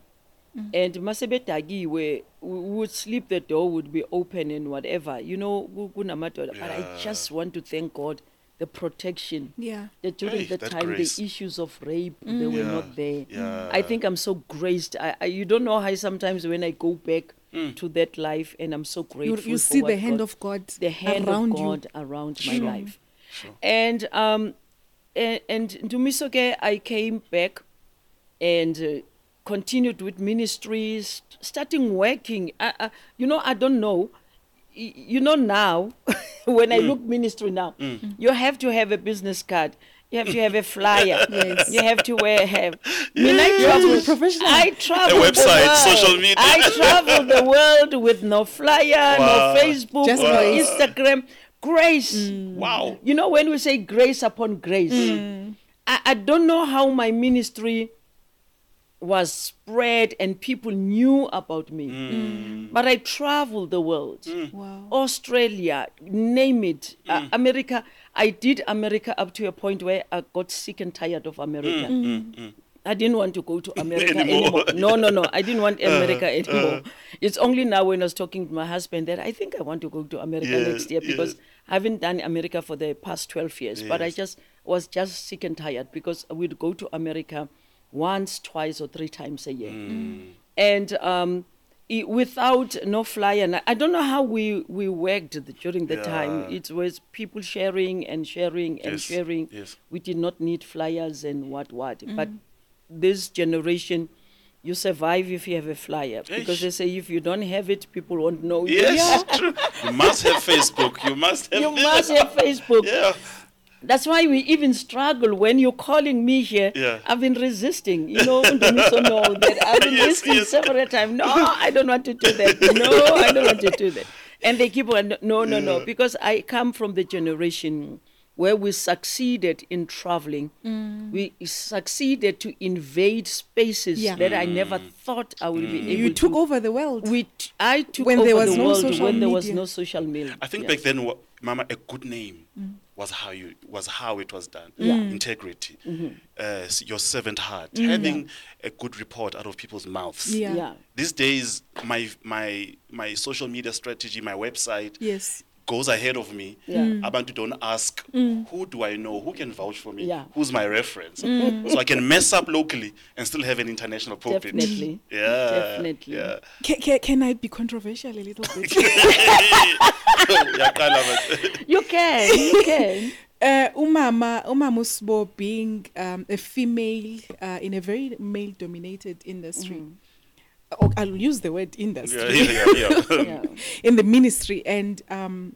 Speaker 1: Mm-hmm.
Speaker 3: and masebedakiwe, we would sleep, the door would be open and whatever, you know, ku- kunamadoda. But I
Speaker 1: Yeah.
Speaker 3: just want to thank God, the protection
Speaker 2: Yeah.
Speaker 3: that during
Speaker 1: Hey,
Speaker 3: the
Speaker 1: that
Speaker 3: time
Speaker 1: grace.
Speaker 3: the issues of rape they were
Speaker 1: Yeah,
Speaker 3: not there
Speaker 1: yeah.
Speaker 3: i think i'm so graced I, I you don't know how sometimes when i go back
Speaker 1: Hmm.
Speaker 3: to that life and i'm so
Speaker 2: You,
Speaker 3: grateful
Speaker 2: you
Speaker 3: for
Speaker 2: see the
Speaker 3: what
Speaker 2: hand
Speaker 3: God-
Speaker 2: of God
Speaker 3: the hand
Speaker 2: around
Speaker 3: of
Speaker 2: you.
Speaker 3: god around my
Speaker 2: Sure.
Speaker 3: life and um and, and Ndumisoke, I came back and uh, continued with ministries, starting working. I, I, you know, I don't know. Y- You know now, when
Speaker 1: Mm.
Speaker 3: I look ministry now, you have to have a business card. You have to have a flyer.
Speaker 2: Yes.
Speaker 3: You have to wear. Have. I mean, I
Speaker 2: You have to be
Speaker 3: travel.
Speaker 2: professional.
Speaker 3: I
Speaker 1: A
Speaker 3: travel. the
Speaker 1: website,
Speaker 3: world.
Speaker 1: social media.
Speaker 3: I travel the world with no flyer,
Speaker 1: Wow.
Speaker 3: no Facebook,
Speaker 2: Just
Speaker 3: no
Speaker 2: grace.
Speaker 3: Instagram. Grace.
Speaker 1: Wow.
Speaker 3: You know, when we say grace upon grace, I, I don't know how my ministry was spread and people knew about me. But I traveled the world.
Speaker 2: Wow.
Speaker 3: Oh, Australia, name it,
Speaker 1: Mm.
Speaker 3: uh, America. I did America up to a point where I got sick and tired of America. I didn't want to go to America
Speaker 1: Mm, Anymore. Uh,
Speaker 3: anymore. No, no, no. I didn't want America anymore. it's only now when I was talking to my husband that I think I want to go to America
Speaker 1: Yeah,
Speaker 3: next year
Speaker 1: yeah.
Speaker 3: because I haven't done America for the past 12 years. But I
Speaker 1: Yes.
Speaker 3: just was just sick and tired because we'd go to America once, twice, or three times a year.
Speaker 1: Mm.
Speaker 3: And um, i- without no flyer, and I- I don't know how we, we worked th- during the time.
Speaker 1: Yeah.
Speaker 3: It was people sharing and sharing and
Speaker 1: Yes,
Speaker 3: sharing.
Speaker 1: yes.
Speaker 3: We did not need flyers and what, what. But this generation, you survive if you have a flyer. Because
Speaker 1: Eish.
Speaker 3: they say if you don't have it, people won't know you.
Speaker 1: Yes, true. You must have Facebook. You must have.
Speaker 3: You
Speaker 1: this.
Speaker 3: must have Facebook.
Speaker 1: Yeah.
Speaker 3: That's why we even struggle when you're calling me here.
Speaker 1: Yeah.
Speaker 3: I've been resisting. You know, Ndumiso know that I've been
Speaker 1: Yes,
Speaker 3: resisting
Speaker 1: yes.
Speaker 3: several times. No, I don't want to do that. No, I don't want to do that. And they keep on, no, no, no, because I come from the generation where we succeeded in traveling.
Speaker 2: Mm.
Speaker 3: We succeeded to invade spaces
Speaker 2: Yeah.
Speaker 3: that I
Speaker 1: Mm.
Speaker 3: never thought I would be able
Speaker 2: You took
Speaker 3: to.
Speaker 2: over the world.
Speaker 3: We t- I took
Speaker 2: When
Speaker 3: over
Speaker 2: there was
Speaker 3: the
Speaker 2: no
Speaker 3: world
Speaker 2: social
Speaker 3: when there was
Speaker 2: media.
Speaker 3: no social media.
Speaker 1: I think
Speaker 3: Yeah.
Speaker 1: back then, wa- Mama, a good name was how you was how it was done. Integrity,
Speaker 3: Mm-hmm.
Speaker 1: uh, s- your servant heart, having a good report out of people's mouths.
Speaker 2: Yeah.
Speaker 3: yeah.
Speaker 1: These days, my my my social media strategy, my website,
Speaker 2: Yes.
Speaker 1: goes ahead of me.
Speaker 3: Yeah. Mm.
Speaker 1: Abantu don't ask who do I know, who can vouch for me,
Speaker 3: Yeah. Mm.
Speaker 1: who's my reference, so I can mess up locally and still have an international pulpit.
Speaker 3: Definitely.
Speaker 1: Yeah.
Speaker 3: Definitely.
Speaker 1: Yeah.
Speaker 2: Can, can, can I be controversial a little bit?
Speaker 1: Yakala, but-
Speaker 3: You can, you can.
Speaker 2: uh, umama umama usbo being um, a female uh, in a very male dominated industry or i'll use the word
Speaker 1: yeah,
Speaker 2: industry
Speaker 1: yeah, yeah, yeah.
Speaker 3: yeah.
Speaker 2: in the ministry and um,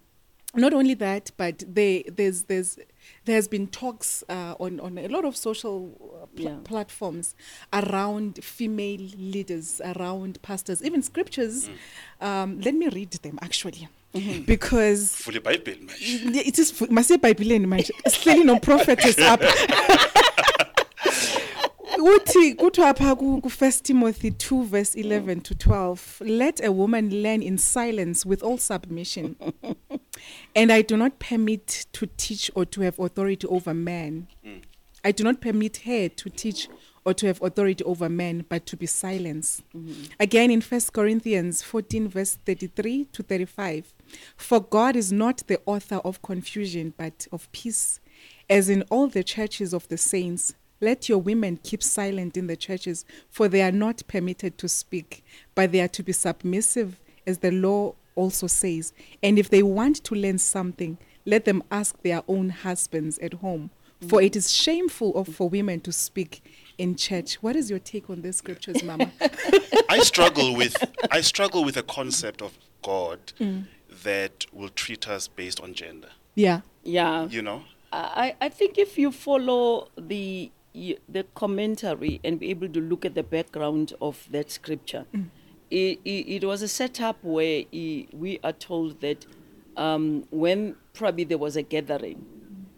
Speaker 2: not only that but they there's there's there has been talks uh, on on a lot of social uh, pl-
Speaker 3: Yeah.
Speaker 2: platforms around female leaders around pastors even scriptures um, let me read them actually because
Speaker 1: Fully Bible, man.
Speaker 2: Yeah, it is fu- masiye ebhayibhileni manje sihleli nomprofetes apha uthi kuthiwa pha ku-1 timothy 2 verse 11 to 12 let a woman learn in silence with all submission and i do not permit to teach or to have authority over man i do not permit her to teach or to have authority over men but to be silenced again in 1 corinthians 14 verse 33 to 35 for god is not the author of confusion but of peace as in all the churches of the saints let your women keep silent in the churches for they are not permitted to speak but they are to be submissive as the law also says. And if they want to learn something, let them ask their own husbands at home. For it is shameful of, for women to speak in church. What is your take on these scriptures, Mama?
Speaker 1: I struggle with I struggle with a concept of God that will treat us based on gender.
Speaker 2: yeah.
Speaker 3: Yeah.
Speaker 1: You know?
Speaker 3: I, I think if you follow the y- the commentary and be able to look at the background of that scripture,
Speaker 2: Mm.
Speaker 3: it, it, it was a setup where i we are told that um, when probably there was a gathering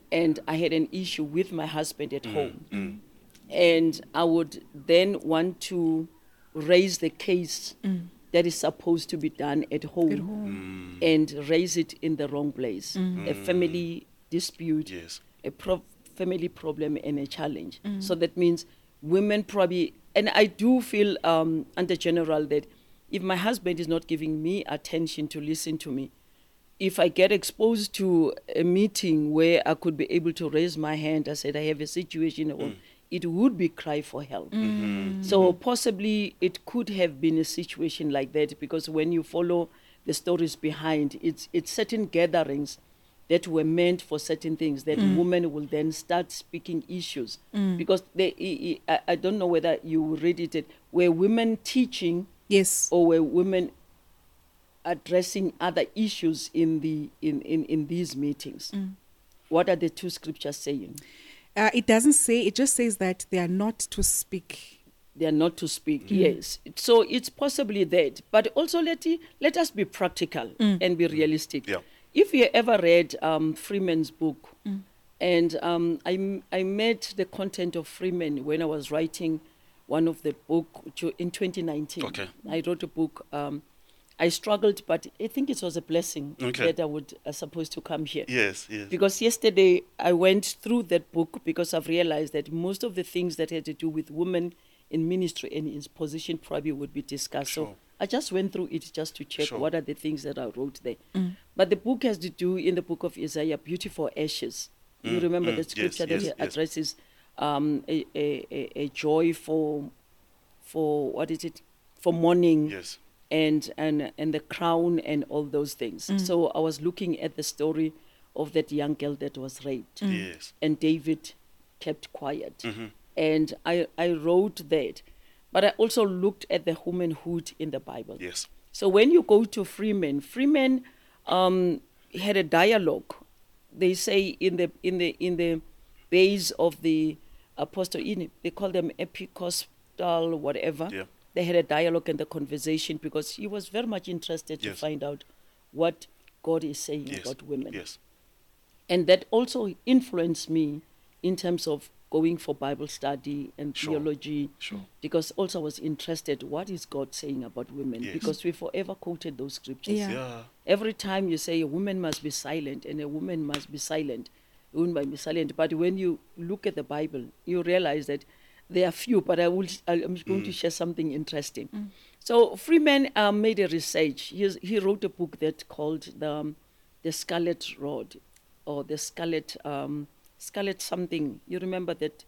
Speaker 3: and I had an issue with my husband at home, and I would then want to raise the case. that that is supposed to be done at home,
Speaker 2: Mm. At home. Mm.
Speaker 3: and raise it in the wrong place. A family dispute,
Speaker 1: Yes.
Speaker 3: a pro- family problem, and a challenge. So that means women probably, and I do feel um, under general that if my husband is not giving me attention to listen to me, if I get exposed to a meeting where I could be able to raise my hand, I said I have a situation, at home," it would be cry for help. So possibly it could have been a situation like that because when you follow the stories behind, it's it's certain gatherings that were meant for certain things that women will then start speaking issues because they I, I I don't know whether you read it where women teaching
Speaker 2: Yes.
Speaker 3: or were women addressing other issues in the in in, in these meetings what are the two scriptures saying
Speaker 2: Uh, it doesn't say, it just says that they are not to speak.
Speaker 3: they are not to speak yes so it's possibly that but also let i- let us be practical and be realistic
Speaker 1: Yeah.
Speaker 3: if you ever read um, freeman's book and um, I, m- I met the content of freeman when i was writing one of the book to- in 2019
Speaker 1: Okay.
Speaker 3: i wrote a book um, i struggled but i think it was a blessing
Speaker 1: Okay.
Speaker 3: that i would uh, supposed to come here
Speaker 1: Yes, yes.
Speaker 3: because yesterday I went through that book because I've realized that most of the things that had to do with women in ministry and in position probably would be discussed.
Speaker 1: Sure.
Speaker 3: So I just went through it just to check
Speaker 1: Sure.
Speaker 3: what are the things that I wrote there. But the book has to do in the book of Isaiah, beautiful ashes. You remember
Speaker 1: mm,
Speaker 3: the
Speaker 1: yes,
Speaker 3: scripture
Speaker 1: yes,
Speaker 3: that
Speaker 1: yes.
Speaker 3: addresses um, a, a, a, a joy for for what is it for mourning
Speaker 1: Yes.
Speaker 3: and and and the crown and all those things so i was looking at the story of that young girl that was raped
Speaker 1: Yes.
Speaker 3: and david kept quiet and i i wrote that but i also looked at the womanhood in the bible
Speaker 1: Yes.
Speaker 3: so when you go to Freeman, Freeman um, had a dialogue. They say in the in the in the days of the apostle, in they call them episcopal whatever.
Speaker 1: Yeah.
Speaker 3: They had a dialogue and the conversation because he was very much interested to
Speaker 1: Yes.
Speaker 3: find out what God is saying
Speaker 1: Yes.
Speaker 3: about women
Speaker 1: Yes.
Speaker 3: and that also influenced me in terms of going for bible study and
Speaker 1: Sure.
Speaker 3: theology
Speaker 1: Sure.
Speaker 3: because also i was interested what is god saying about women
Speaker 1: Yes.
Speaker 3: because we forever quoted those scriptures
Speaker 2: Yeah.
Speaker 1: Yeah.
Speaker 3: every time you say a woman must be silent and a woman must be silent a woman must be silent but when you look at the bible you realize that there are few but i will i'm going to share something interesting so freeman um, made a research he, is- he wrote a book that called the, um, the scarlet rod or the scarlet um, scarlet something you remember that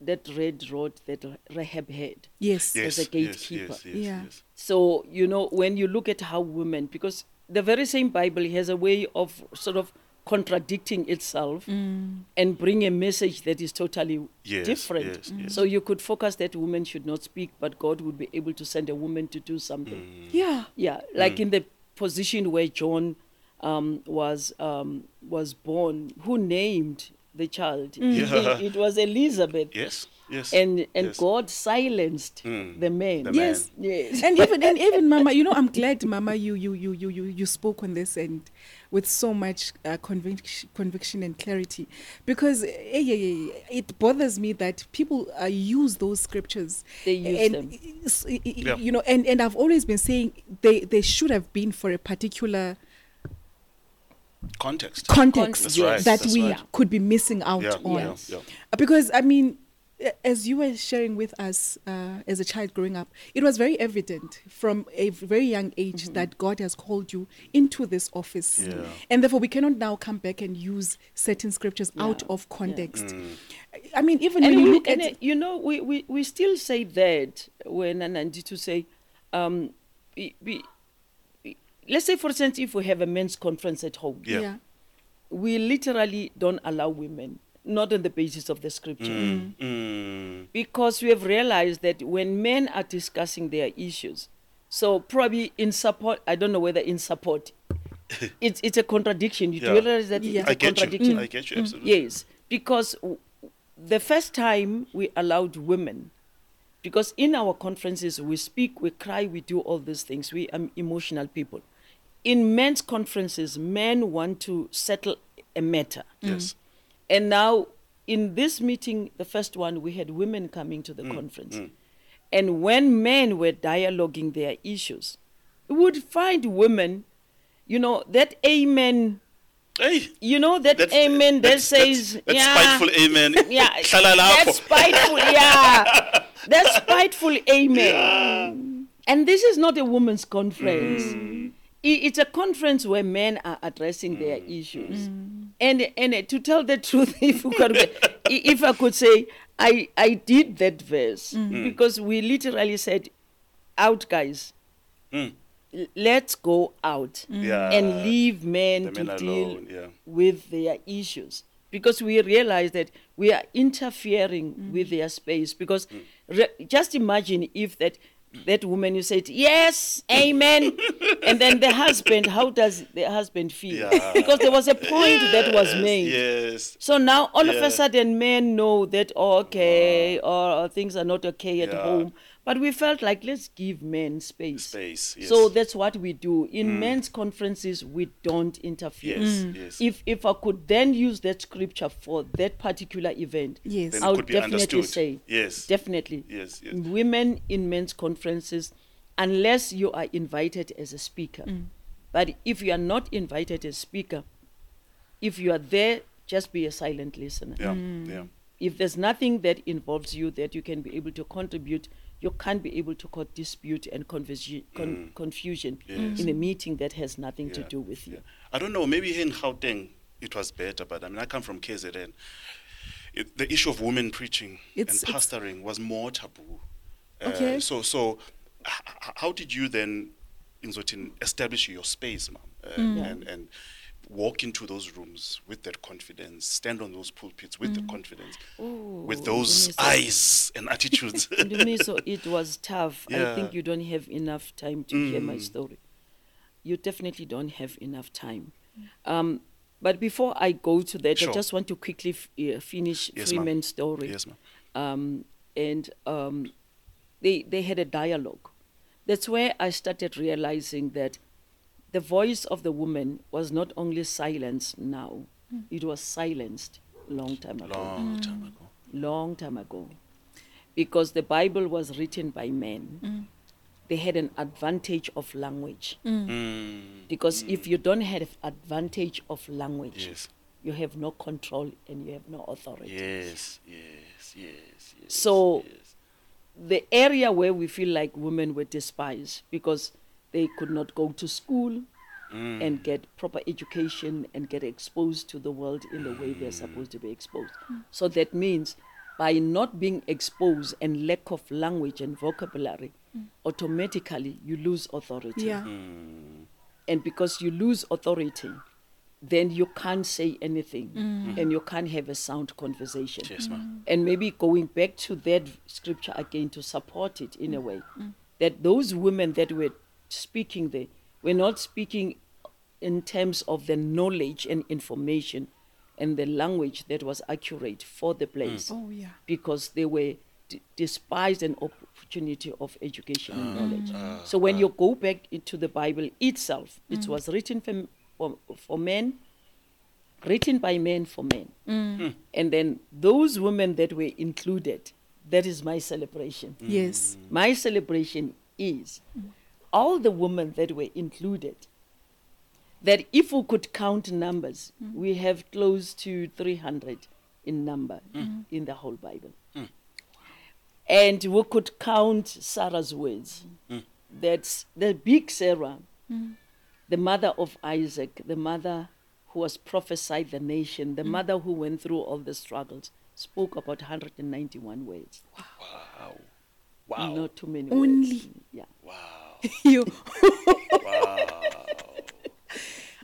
Speaker 3: that red rod that rahab had
Speaker 2: Yes.
Speaker 1: Yes.
Speaker 3: As a
Speaker 1: yes,
Speaker 3: gatekeeper.
Speaker 1: Yes. Yes.
Speaker 2: Yeah.
Speaker 1: Yes.
Speaker 3: so, you know, when you look at how women, because the very same Bible has a way of sort of contradicting itself and bring a message that is totally
Speaker 1: Yes,
Speaker 3: different. Mm.
Speaker 1: yes, yes.
Speaker 3: So you could focus that women should not speak, but God would be able to send a woman to do something.
Speaker 1: Mm.
Speaker 2: Yeah.
Speaker 3: Yeah, like in the position where John um, was um, was born, who named the child?
Speaker 1: Yeah.
Speaker 3: It, was Elizabeth.
Speaker 1: Yes. Yes.
Speaker 3: And and
Speaker 1: yes.
Speaker 3: God silenced
Speaker 1: Mm,
Speaker 3: the man.
Speaker 1: the
Speaker 2: Yes.
Speaker 3: Yes.
Speaker 2: and even and even mama you know i'm glad mama you you you you you, you spoke on this and with so much uh, conviction conviction and clarity because eh, yeah, yeah, yeah, it bothers me that people uh, use those scriptures
Speaker 3: They use
Speaker 2: and
Speaker 3: them.
Speaker 2: s- y- y-
Speaker 1: Yeah.
Speaker 2: you know and and i've always been saying they they should have been for a particular
Speaker 1: Context.
Speaker 2: context
Speaker 1: That's right,
Speaker 2: that
Speaker 1: that's
Speaker 2: we
Speaker 1: right.
Speaker 2: could be missing out
Speaker 1: Yeah,
Speaker 2: on
Speaker 1: yeah, yeah.
Speaker 2: because i mean a- as you were sharing with us uh, as a child growing up it was very evident from a very young age that god has called you into this office
Speaker 1: Mm-hmm. Yeah.
Speaker 2: and therefore we cannot now come back and use certain scriptures out
Speaker 3: Yeah,
Speaker 2: of context
Speaker 1: Mm.
Speaker 2: I- i mean even
Speaker 3: and
Speaker 2: when you
Speaker 3: we-
Speaker 2: look
Speaker 3: and,
Speaker 2: at
Speaker 3: uh, you know we, we, we still say that when Ananditu say um, we, we, we- let's say for instance if we have a men's conference at home
Speaker 1: Yeah.
Speaker 3: we literally don't allow women not on the basis of the scripture
Speaker 1: Mm.
Speaker 3: because we have realized that when men are discussing their issues so probably in support i don't know whether in support it's it's a contradiction you do
Speaker 1: Yeah.
Speaker 3: realize that
Speaker 2: Yeah.
Speaker 3: it's
Speaker 1: I
Speaker 3: a
Speaker 1: get
Speaker 3: contradiction
Speaker 1: you. I get
Speaker 2: Mm.
Speaker 1: you. Absolutely.
Speaker 3: Yes, because w- the first time we allowed women, because in our conferences we speak, we cry, we do all these things. We are emotional people. In men's conferences, men want to settle a matter.
Speaker 1: Yes.
Speaker 3: And now, in this meeting, the first one, we had women coming to the conference. And when men were dialoguing their issues, you would find women, you know, that amen,
Speaker 2: Mm.
Speaker 1: Hey,
Speaker 3: you know, that
Speaker 1: that's
Speaker 3: amen that
Speaker 1: that's- that's-
Speaker 3: says,
Speaker 1: that's
Speaker 3: yeah,
Speaker 1: spiteful amen.
Speaker 3: yeah,
Speaker 1: Hlala
Speaker 3: that's
Speaker 1: lapho.
Speaker 3: spiteful, yeah, that's spiteful amen. And this is not a women's conference.
Speaker 1: Mm.
Speaker 3: I- It's a conference where men are addressing their
Speaker 1: Mm.
Speaker 3: issues. And and to tell the truth, if you could, i- if I could say, I I did that verse because we literally said, "Out, guys."
Speaker 1: Mm.
Speaker 3: L- Let's go out
Speaker 1: Yeah.
Speaker 3: and leave men
Speaker 1: the
Speaker 3: to
Speaker 1: men
Speaker 3: deal
Speaker 1: alone, yeah.
Speaker 3: with their issues because we realize that we are interfering with their space because
Speaker 1: Mm.
Speaker 3: re- just imagine if that that woman you said yes amen and then the husband how does the husband feel
Speaker 1: Yeah.
Speaker 3: because there was a point that was made
Speaker 1: Yes.
Speaker 3: so now all of
Speaker 1: Yeah.
Speaker 3: a sudden men know that oh, okay or things are not okay at
Speaker 1: Yeah.
Speaker 3: home but we felt like let's give men space
Speaker 1: Space, yes. Mm.
Speaker 3: so that's what we do in men's conferences we don't interfere
Speaker 1: Yes, Mm. yes.
Speaker 3: if if i could then use that scripture for that particular event
Speaker 2: Yes. Then
Speaker 1: it
Speaker 3: i would
Speaker 1: could be
Speaker 3: definitely
Speaker 1: understood.
Speaker 3: say
Speaker 1: Yes.
Speaker 3: definitely
Speaker 1: Yes, yes.
Speaker 3: women in men's conferences unless you are invited as a speaker but if you are not invited as speaker if you are there just be a silent listener
Speaker 1: Yeah, yeah.
Speaker 3: if there's nothing that involves you that you can be able to contribute you can't be able to cause dispute and confusi- con- confusion
Speaker 1: Mm. Yes.
Speaker 3: in a meeting that has nothing to
Speaker 1: Yeah,
Speaker 3: do with you
Speaker 1: yeah. I don't know. Maybe here in Gauteng it was better, but I mean, I come from KZN. It, the issue of women preaching
Speaker 2: It's-
Speaker 1: and
Speaker 2: it's-
Speaker 1: pastoring was more taboo. Uh,
Speaker 2: Okay.
Speaker 1: So, so h- h- how did you then, Inzotin, establish your space, ma'am, uh,
Speaker 3: Mm.
Speaker 1: and and walk into those rooms with that confidence, stand on those pulpits with
Speaker 3: Mm.
Speaker 1: the confidence, with those
Speaker 3: goodness.
Speaker 1: eyes and attitudes?
Speaker 3: Ndumiso, it was tough. I
Speaker 1: Yeah. Mm.
Speaker 3: think you don't have enough time to hear my story. You definitely don't have enough time. Um, but before I go to that,
Speaker 1: Sure.
Speaker 3: I just want to quickly f- uh, finish
Speaker 1: Yes, ma'am.
Speaker 3: Freeman's story.
Speaker 1: Yes, ma'am.
Speaker 3: Um, and um, they they had a dialogue. That's where I started realizing that the voice of the woman was not only silenced now; it was silenced long time ago
Speaker 1: Long time ago.
Speaker 3: long time ago because the bible was written by men they had an advantage of language
Speaker 1: Hmm.
Speaker 3: because if you don't have advantage of language
Speaker 1: Yes.
Speaker 3: you have no control and you have no authority
Speaker 1: Yes, yes, yes, yes.
Speaker 3: So-
Speaker 1: yes.
Speaker 3: the area where we feel like women were despised because they could not go to school and get proper education and get exposed to the world in the way they're supposed to be exposed. So that means by not being exposed and lack of language and vocabulary, automatically you lose authority.
Speaker 2: Yeah.
Speaker 1: Mm.
Speaker 3: And because you lose authority, then you can't say anything and you can't have a sound conversation
Speaker 1: yes, ma'am.
Speaker 3: and maybe going back to that scripture again to support it in a way that those women that were speaking there were not speaking in terms of the knowledge and information and the language that was accurate for the place
Speaker 2: Oh, yeah.
Speaker 3: because they were d- despised an opportunity of education and knowledge. so when you go back into the Bible itself, it was written for, for, for men, written by men for men. And then those women that were included, that is my celebration.
Speaker 1: Mm.
Speaker 2: Yes.
Speaker 3: My celebration is all the women that were included. That if we could count numbers, we have close to 300 in number in the whole Bible. And we could count Sarah's words. That's the big Sarah, the mother of Isaac, the mother who was prophesied the nation, the mother who went through all the struggles, spoke about 191 words
Speaker 1: Wow. Wow.
Speaker 3: not too many
Speaker 2: Only.
Speaker 3: words. yeah
Speaker 1: wow.
Speaker 2: you.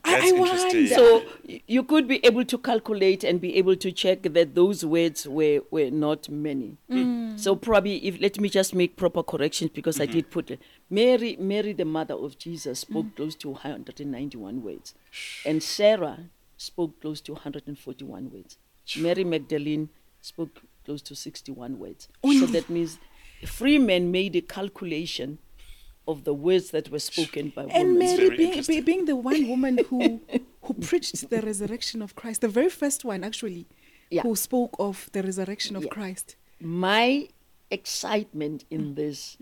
Speaker 1: That's
Speaker 2: I, I
Speaker 1: interesting.
Speaker 2: wonder.
Speaker 3: so y- you could be able to calculate and be able to check that those words were were not many
Speaker 2: Mm.
Speaker 3: so probably if let me just make proper corrections because i did put it. mary mary the mother of jesus spoke
Speaker 2: Mm.
Speaker 3: close to 191 words and sarah spoke close to 141 words mary magdalene spoke close to 61 words so that means freeman made a calculation of the words that were spoken by women
Speaker 2: and Mary
Speaker 1: very
Speaker 2: being, be,
Speaker 1: interesting.
Speaker 2: being the one woman who who preached the resurrection of Christ, the very first one actually,
Speaker 3: Yeah.
Speaker 2: who spoke of the resurrection of
Speaker 3: Yeah.
Speaker 2: Christ.
Speaker 3: my excitement in this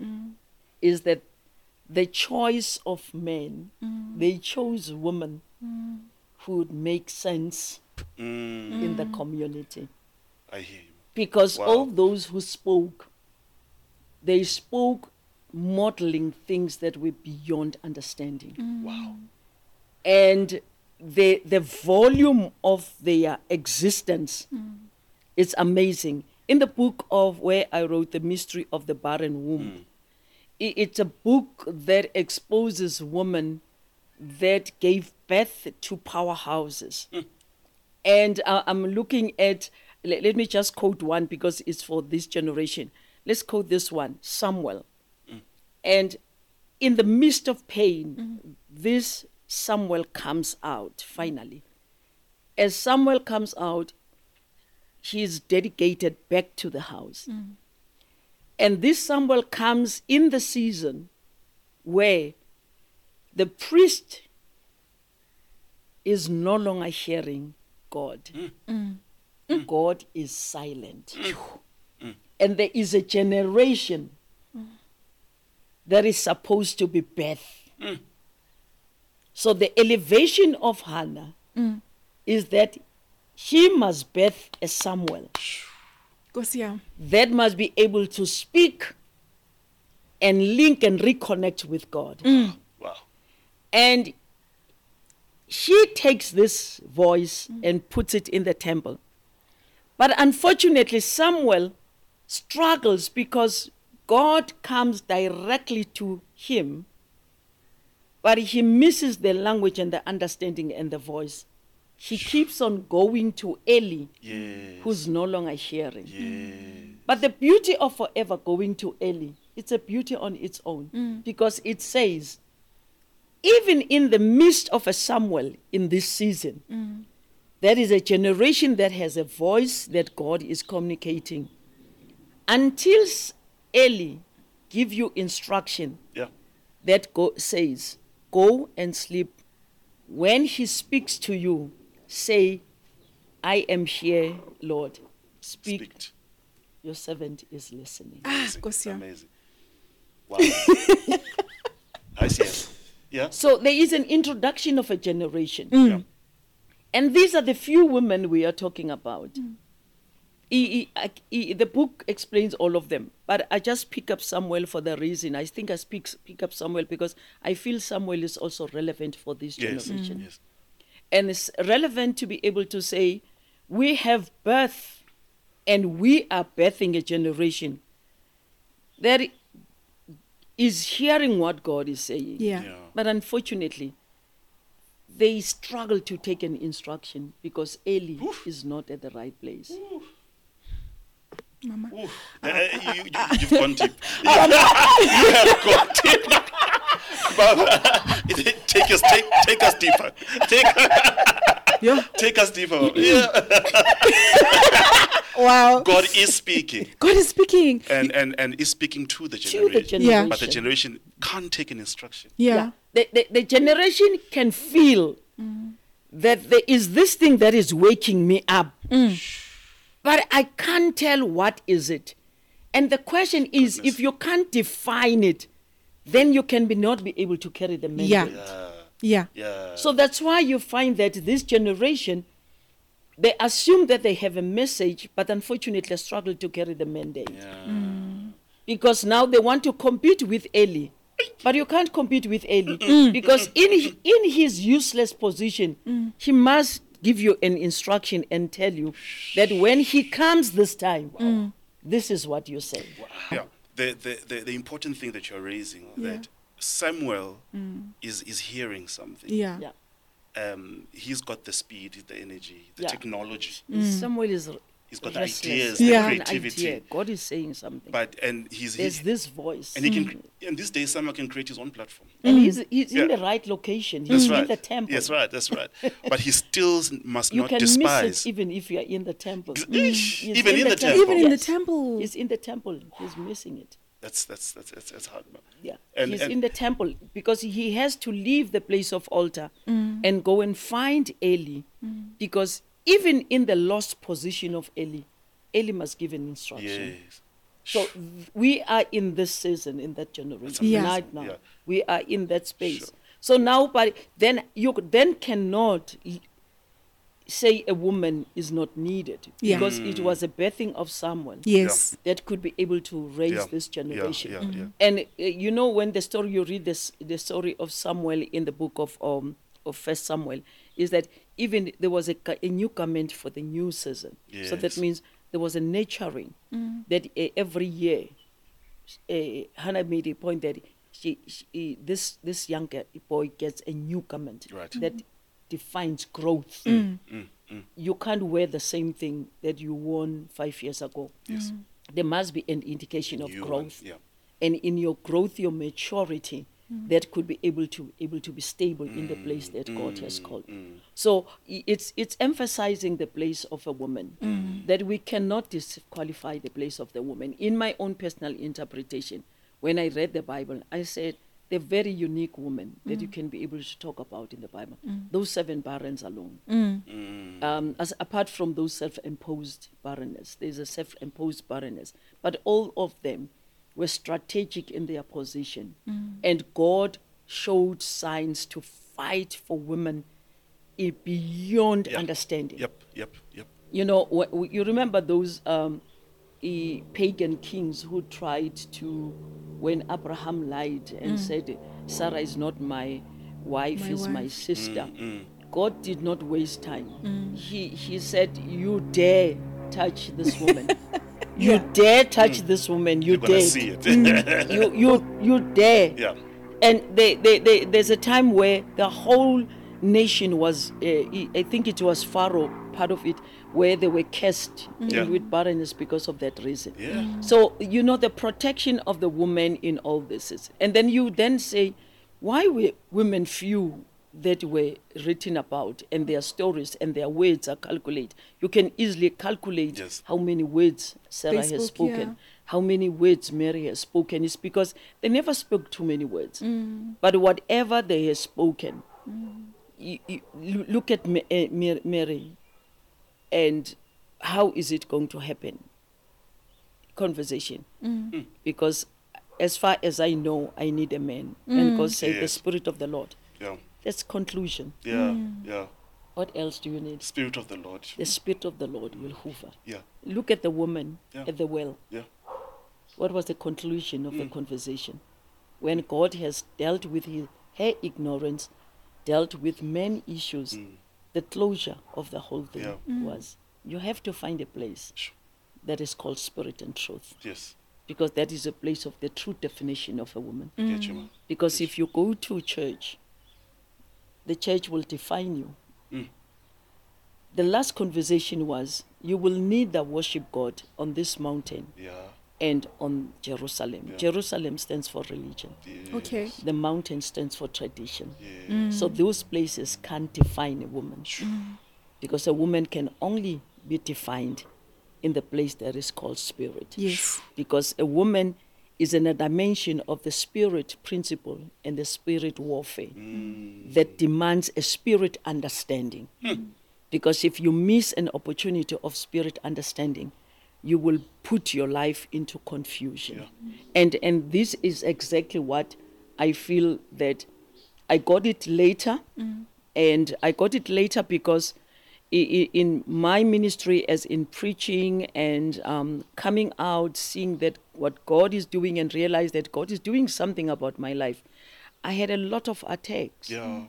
Speaker 3: is that the choice of men, they chose women who would make sense
Speaker 1: Mm,
Speaker 3: in the community.
Speaker 1: I hear you.
Speaker 3: Because
Speaker 1: Wow.
Speaker 3: all those who spoke, they spoke modeling things that were beyond understanding.
Speaker 1: Wow.
Speaker 3: and the the volume of their existence is amazing. In the book of where I wrote the mystery of the barren
Speaker 1: Mm.
Speaker 3: womb, i- it's a book that exposes women that gave birth to
Speaker 1: Mm.
Speaker 3: powerhouses, and uh, I'm looking at. Let, let me just quote one because it's for this generation. Let's quote this one, Samuel. And in the midst of pain, this Samuel comes out finally. As Samuel comes out, he is dedicated back to the house. And this Samuel comes in the season where the priest is no longer hearing God. Mm. God is silent. And there is a generation that is supposed to be birth. So the elevation of Hannah is that she must birth a Samuel
Speaker 2: Gosia.
Speaker 3: that must be able to speak and link and reconnect with God.
Speaker 1: Wow.
Speaker 3: And she takes this voice and puts it in the temple. But unfortunately, Samuel struggles because God comes directly to him, but he misses the language and the understanding and the voice. He keeps on going to Eli,
Speaker 1: Yes.
Speaker 3: who's no longer hearing.
Speaker 1: Yes.
Speaker 3: But the beauty of forever going to Eli, it's a beauty on its own because it says, even in the midst of a Samuel in this season, there is a generation that has a voice that God is communicating. Until s- Eli give you instruction
Speaker 1: Yeah.
Speaker 3: that go, says, go and sleep. When he speaks to you, say, I am here, Lord. Speak,
Speaker 1: Speak.
Speaker 3: your servant is listening.
Speaker 2: Ah,
Speaker 1: Amazing.
Speaker 2: Gosia.
Speaker 1: Amazing. Wow. I see it. Yeah.
Speaker 3: So there is an introduction of a generation.
Speaker 1: Yeah.
Speaker 3: And these are the few women we are talking about. E- e- I- e- the book explains all of them, but I just pick up Samuel for the reason. I think I speak, pick up Samuel because I feel Samuel is also relevant for this
Speaker 1: Yes.
Speaker 3: generation.
Speaker 1: Yes.
Speaker 3: and it's relevant to be able to say we have birth and we are birthing a generation that is hearing what god is saying
Speaker 2: Yeah.
Speaker 1: Yeah.
Speaker 3: but unfortunately they struggle to take an instruction because eli is not at the right place
Speaker 2: Mama.
Speaker 1: Ooh, uh, you, you, you've gone deep. you have gone deep. Baba, take us, take, take us deeper. Take,
Speaker 2: Yeah.
Speaker 1: take us deeper. Yeah.
Speaker 2: Wow.
Speaker 1: God is speaking,
Speaker 2: God is speaking.
Speaker 1: and and and is speaking to the
Speaker 3: to
Speaker 1: generation.
Speaker 3: the generation
Speaker 2: Yeah.
Speaker 1: But the generation can't take an instruction.
Speaker 2: Yeah.
Speaker 3: The, the, the generation can feel
Speaker 2: Mm.
Speaker 3: that there is this thing that is waking me up.
Speaker 2: Mm.
Speaker 3: But I can't tell what is it. And the question is if you can't define it, then you can be not be able to carry the mandate.
Speaker 2: Yeah.
Speaker 1: Yeah.
Speaker 2: Yeah.
Speaker 1: Yeah.
Speaker 3: So that's why you find that this generation, they assume that they have a message, but unfortunately struggle to carry the mandate Mm.
Speaker 1: yeah.
Speaker 3: because now they want to compete with Eli. But you can't compete with Eli because in hi- in his useless position, he must give you an instruction and tell you that when he comes this time, this is what you say.
Speaker 1: Yeah. The, the, the, the important thing that you're raising
Speaker 2: Yeah.
Speaker 1: that Samuel is is hearing something.
Speaker 2: Yeah.
Speaker 3: Mm. Yeah.
Speaker 1: Um, he's got the speed, the energy, the
Speaker 3: Yeah.
Speaker 1: technology.
Speaker 3: Samuel is r-
Speaker 1: He's got the
Speaker 3: restless.
Speaker 1: ideas,
Speaker 2: the
Speaker 3: He has an
Speaker 1: creativity.
Speaker 3: idea. God is saying something.
Speaker 1: But and he's he-
Speaker 3: There's this voice.
Speaker 1: and he can and these days Samuel can create his own platform.
Speaker 3: And he's, he's in
Speaker 1: Mm-hmm. Yeah.
Speaker 3: the right location.
Speaker 1: That's
Speaker 3: He's
Speaker 1: right.
Speaker 3: in the temple.
Speaker 1: That's right. That's right. but he still s- must
Speaker 3: You
Speaker 1: not
Speaker 3: can miss
Speaker 1: despise.
Speaker 3: it even if you're in the temple. Mm.
Speaker 1: Eesh,
Speaker 3: He's
Speaker 1: even in the temple.
Speaker 2: Even in the
Speaker 3: Yes.
Speaker 2: temple.
Speaker 3: He's in the temple. He's missing it.
Speaker 1: that's, that's that's that's that's hard. man.
Speaker 3: Yeah.
Speaker 1: And-
Speaker 3: He's
Speaker 1: and-
Speaker 3: in the temple because he has to leave the place of altar
Speaker 1: Mm.
Speaker 3: and go and find Eli. Because even in the lost position of Eli, Eli must give an instruction.
Speaker 1: Yes.
Speaker 3: So we are in this season, in that generation
Speaker 2: amazing.
Speaker 3: right now.
Speaker 1: Yeah.
Speaker 3: We are in that space.
Speaker 1: Sure.
Speaker 3: So now, but then you c- then cannot l- say a woman is not needed
Speaker 2: Yeah.
Speaker 3: because
Speaker 1: Mm.
Speaker 3: it was a birthing of someone
Speaker 2: Yes.
Speaker 3: that could be able to raise
Speaker 1: Yeah.
Speaker 3: this
Speaker 1: Yeah,
Speaker 3: generation.
Speaker 1: yeah, yeah.
Speaker 3: And uh, you know, when the story you read this, the story of Samuel in the book of um of First Samuel is that even there was a, ca- a new garment for the new season. So
Speaker 1: Yes.
Speaker 3: that means there was a nurturing that uh, every year, uh, Hannah made a point that she, she this this young ge- boy gets a new garment
Speaker 1: Right.
Speaker 3: that defines growth. You can't wear the same thing that you worn five years ago.
Speaker 1: Yes.
Speaker 3: There must be an indication of
Speaker 1: New one,
Speaker 3: growth
Speaker 1: yeah.
Speaker 3: and in your growth, your maturity, that could be able to able to be stable in the
Speaker 1: Mm,
Speaker 3: place that God has called. So i- it's it's emphasizing the place of a woman that we cannot disqualify the place of the woman. In my own personal interpretation, when I read the Bible, I said the very unique woman that you can be able to talk about in the Bible. Those seven barons alone um, as apart from those self-imposed barrenness, there's a self-imposed barrenness, but all of them were strategic in their position, and God showed signs to fight for women i- beyond
Speaker 1: Yeah.
Speaker 3: understanding.
Speaker 1: Yep, yep, yep.
Speaker 3: You know, wh- wh- you remember those um, i- pagan kings who tried to, when Abraham lied and said, "Sarah is not my wife;
Speaker 2: Mm. My
Speaker 3: is my
Speaker 2: wife."
Speaker 3: sister."
Speaker 1: Mm,
Speaker 3: God did not waste time.
Speaker 2: Mm.
Speaker 3: He He said, "You dare touch this woman." You dare touch this woman.
Speaker 1: Mm. You're
Speaker 3: You
Speaker 1: gonna
Speaker 3: dare.
Speaker 1: see it.
Speaker 3: You you you dare.
Speaker 1: Yeah.
Speaker 3: And they, they, they, there's a time where the whole nation was, uh, I I think it was Pharaoh, part of it, where they were cursed
Speaker 1: Mm. Yeah.
Speaker 3: with barrenness because of that reason.
Speaker 1: yeah.
Speaker 3: So you know the protection of the woman in all this is, and then you then say, why were women few that were written about, and their stories and their words are calculated. You can easily calculate
Speaker 1: Yes.
Speaker 3: how many words Sarah
Speaker 2: They
Speaker 3: has
Speaker 2: spoke,
Speaker 3: spoken,
Speaker 2: yeah.
Speaker 3: how many words Mary has spoken. It's because they never spoke too many words, but whatever they have spoken, you, you, lo- look at Ma- eh, Mar- Mary, and how is it going to happen? conversation because as far as i know i need a man and god said the
Speaker 1: Yes.
Speaker 3: spirit of the lord
Speaker 1: Yeah.
Speaker 3: that's conclusion
Speaker 1: Yeah. Yeah.
Speaker 3: what else do you need
Speaker 1: Spirit of the Lord.
Speaker 3: the spirit of the lord will hover
Speaker 1: Yeah.
Speaker 3: look at the woman
Speaker 1: Yeah.
Speaker 3: at the well
Speaker 1: Yeah. Mm.
Speaker 3: what was the conclusion of the conversation when god has dealt with his, her ignorance dealt with many issues the closure of the whole thing
Speaker 1: Mm. Yeah.
Speaker 3: was you have to find a place
Speaker 1: Sure.
Speaker 3: that is called spirit and truth
Speaker 1: Yes.
Speaker 3: because that is a place of the true definition of a woman
Speaker 1: Get you, man.
Speaker 3: Because if you go to church, the church will define you.
Speaker 1: Mm.
Speaker 3: The last conversation was you will neither worship God on this mountain
Speaker 1: Yeah.
Speaker 3: and on Jerusalem.
Speaker 1: Yeah.
Speaker 3: Jerusalem stands for religion,
Speaker 1: Yes.
Speaker 2: Okay.
Speaker 3: the mountain stands for tradition.
Speaker 1: Yes.
Speaker 3: So those places can't define a woman because a woman can only be defined in the place that is called spirit.
Speaker 2: Yes.
Speaker 3: Because a woman is in a dimension of the spirit principle and the spirit warfare that demands a spirit understanding. Because if you miss an opportunity of spirit understanding, you will put your life into confusion. And and this is exactly what I feel that I got it later, and I got it later because i- i- in my ministry, as in preaching and um, coming out, seeing that what God is doing, and realize that God is doing something about my life, I had a lot of attacks.
Speaker 1: Yeah.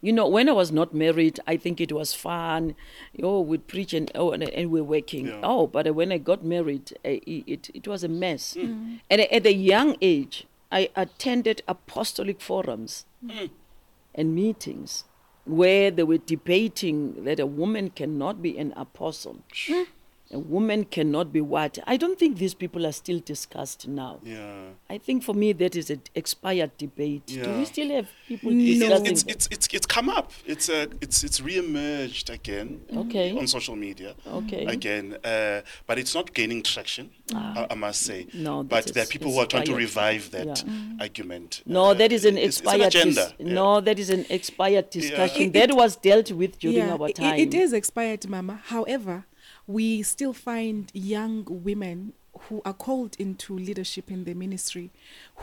Speaker 3: You know, when I was not married, I think it was fun. Oh, we'd preach and oh, and, and we're working.
Speaker 1: Yeah.
Speaker 3: Oh, but when I got married, eh, i- it it was a mess.
Speaker 1: Mm.
Speaker 3: Mm. And at a young age, I attended apostolic forums
Speaker 1: Mm.
Speaker 3: and meetings where they were debating that a woman cannot be an apostle. A woman cannot be what? I don't think these people are still discussed now.
Speaker 1: Yeah.
Speaker 3: I think for me that is an expired debate. Do
Speaker 1: Yeah.
Speaker 3: we still have people
Speaker 1: It-
Speaker 3: discussing
Speaker 1: It's,
Speaker 3: that?
Speaker 1: it's, it's, it's come up. It's uh, it's it's reemerged again.
Speaker 3: Okay.
Speaker 1: On social media.
Speaker 3: Okay. Ah.
Speaker 1: Again, uh, but it's not gaining traction. I, I must say.
Speaker 3: No, that
Speaker 1: But there are
Speaker 3: is-
Speaker 1: people
Speaker 3: it's
Speaker 1: who are trying to
Speaker 3: tired.
Speaker 1: revive that
Speaker 3: Yeah. Mm.
Speaker 1: argument.
Speaker 3: No,
Speaker 1: Uh,
Speaker 3: that is an
Speaker 1: it's- it's an
Speaker 3: expired. dis-
Speaker 1: agenda. Yeah.
Speaker 3: No, that is an expired discussion.
Speaker 2: It-
Speaker 3: that was dealt with during
Speaker 2: i-
Speaker 3: our
Speaker 2: i-
Speaker 3: time.
Speaker 2: it is expired, Mama. However, we still find young women who are called into leadership in the ministry,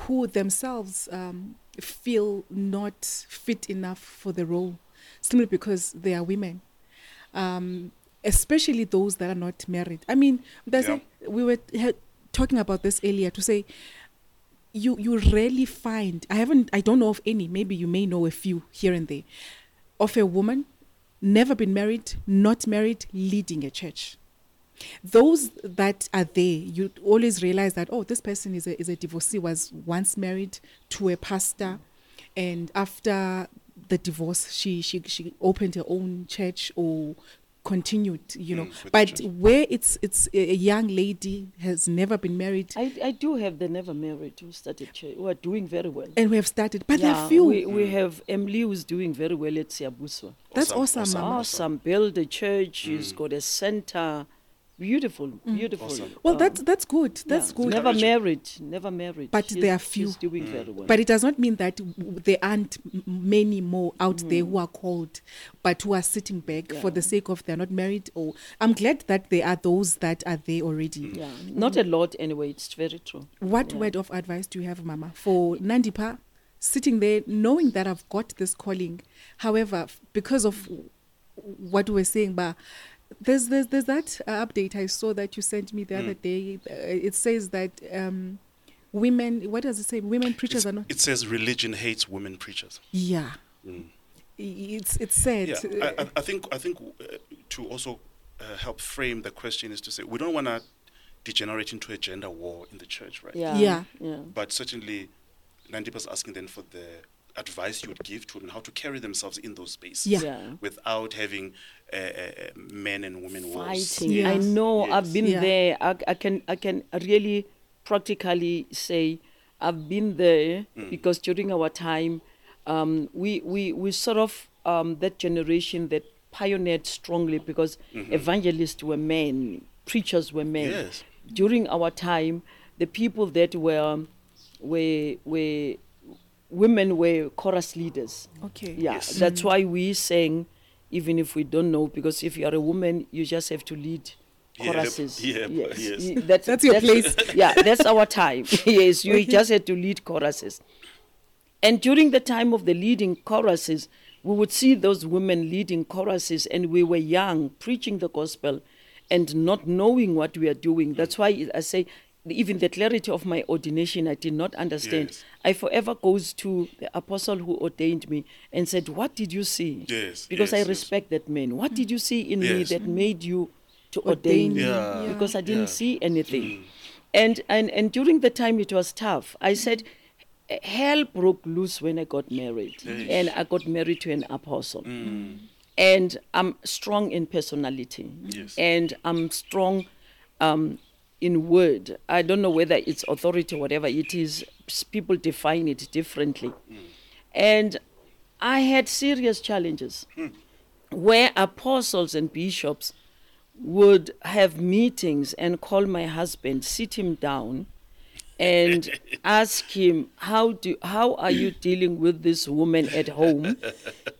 Speaker 2: who themselves um, feel not fit enough for the role, simply because they are women. Um, especially those that are not married. I mean, there's
Speaker 1: Yeah.
Speaker 2: a, we were he- talking about this earlier to say you you rarely find I haven't I don't know of any maybe you may know a few here and there of a woman never been married not married leading a church those that are there you always realize that oh this person is a, is a divorcee was once married to a pastor and after the divorce she she, she opened her own church or continued you know
Speaker 1: Mm, with the
Speaker 2: but
Speaker 1: church.
Speaker 2: where it's it's a a young lady has never been married
Speaker 3: I, I do have the never married who started church, who are doing very well.
Speaker 2: and we have started but there
Speaker 3: Yeah,
Speaker 2: are few
Speaker 3: We, we have Emily who's doing very well at Siabuswa.
Speaker 2: That's awesome, Mama.
Speaker 3: Awesome. Build a church.
Speaker 1: Mm.
Speaker 3: She's got a center. Beautiful, beautiful.
Speaker 1: Awesome.
Speaker 2: Mm. well
Speaker 3: Um,
Speaker 2: that's that's good that's
Speaker 3: yeah,
Speaker 2: good
Speaker 3: Never
Speaker 1: Encouraging.
Speaker 3: married. Never married.
Speaker 2: But
Speaker 3: She's-
Speaker 2: there are few.
Speaker 3: She's
Speaker 1: Mm.
Speaker 3: doing very well.
Speaker 2: But it does not mean that w- there aren't m- many more out
Speaker 3: Mm.
Speaker 2: there who are called, but who are sitting back for the sake of they're not married. Or I'm glad that there are those that are there already.
Speaker 3: Mm. yeah, not a lot anyway. It's very true.
Speaker 2: What
Speaker 3: Yeah.
Speaker 2: word of advice do you have, Mama, for Nandipa sitting there knowing that I've got this calling? However, f- because of w- what we're saying, but there's there's, there's that uh, update I saw that you sent me
Speaker 3: Mm.
Speaker 2: the other day. Uh, it says that um, women, what does it say? Women preachers
Speaker 1: It's-
Speaker 2: are not.
Speaker 1: It says religion hates women preachers.
Speaker 2: Yeah. I- It's it's sad.
Speaker 1: Mm. Yeah,
Speaker 2: Uh,
Speaker 1: I, I- I think I think uh, to also uh, help frame the question is to say we don't want to degenerate into a gender war in the church, right?
Speaker 3: Yeah.
Speaker 2: Yeah.
Speaker 3: Yeah.
Speaker 1: But certainly, Nandipa's asking then for the advice you would give to them how to carry themselves in those spaces
Speaker 2: Yeah.
Speaker 3: Yeah.
Speaker 1: without having uh, uh, uh, men and women wars.
Speaker 3: Fighting.
Speaker 2: Yes.
Speaker 3: I know. I've
Speaker 1: Yes.
Speaker 3: been
Speaker 2: Yeah.
Speaker 3: there. I, I can. I can really practically say I've been there
Speaker 1: Mm.
Speaker 3: because during our time, um, we we we sort of um, that generation that pioneered strongly because evangelists were men, preachers were men.
Speaker 1: Mm-hmm. Yes.
Speaker 3: During our time, the people that were were were women were chorus leaders.
Speaker 2: Okay. Mm.
Speaker 3: Yeah,
Speaker 1: Yes.
Speaker 3: that's why we sang, even if we don't know, because if you are a woman, you just have to lead
Speaker 1: Yeah,
Speaker 3: choruses.
Speaker 1: yeah,
Speaker 3: yes,
Speaker 1: yes.
Speaker 3: y- That's,
Speaker 2: That's your
Speaker 3: place. Yeah, that's our time. yes, you just had to lead choruses. And during the time of the leading choruses, we would see those women leading choruses, and we were young, preaching the gospel and not knowing what we are doing. That's why I say, even the clarity of my ordination, I did not understand.
Speaker 1: Yes.
Speaker 3: I forever goes to the apostle who ordained me and said, What did you see?
Speaker 1: Yes,
Speaker 3: Because
Speaker 1: yes,
Speaker 3: I
Speaker 1: yes.
Speaker 3: respect that man. What did you see in me
Speaker 1: Yes.
Speaker 3: that made you to
Speaker 2: Ordain
Speaker 3: ordain me?
Speaker 2: me,
Speaker 1: Yeah,
Speaker 3: Because I didn't
Speaker 1: yeah. Mm.
Speaker 3: see anything. And, and and during the time it was tough. I said "H- hell broke loose when I got married. And I got married to an apostle. And I'm strong in personality.
Speaker 1: Yes.
Speaker 3: And I'm strong um, in word. I don't know whether it's authority, whatever it is. s- People define it differently. And I had serious challenges where apostles and bishops would have meetings and call my husband, sit him down, and ask him how do how are you dealing with this woman at home?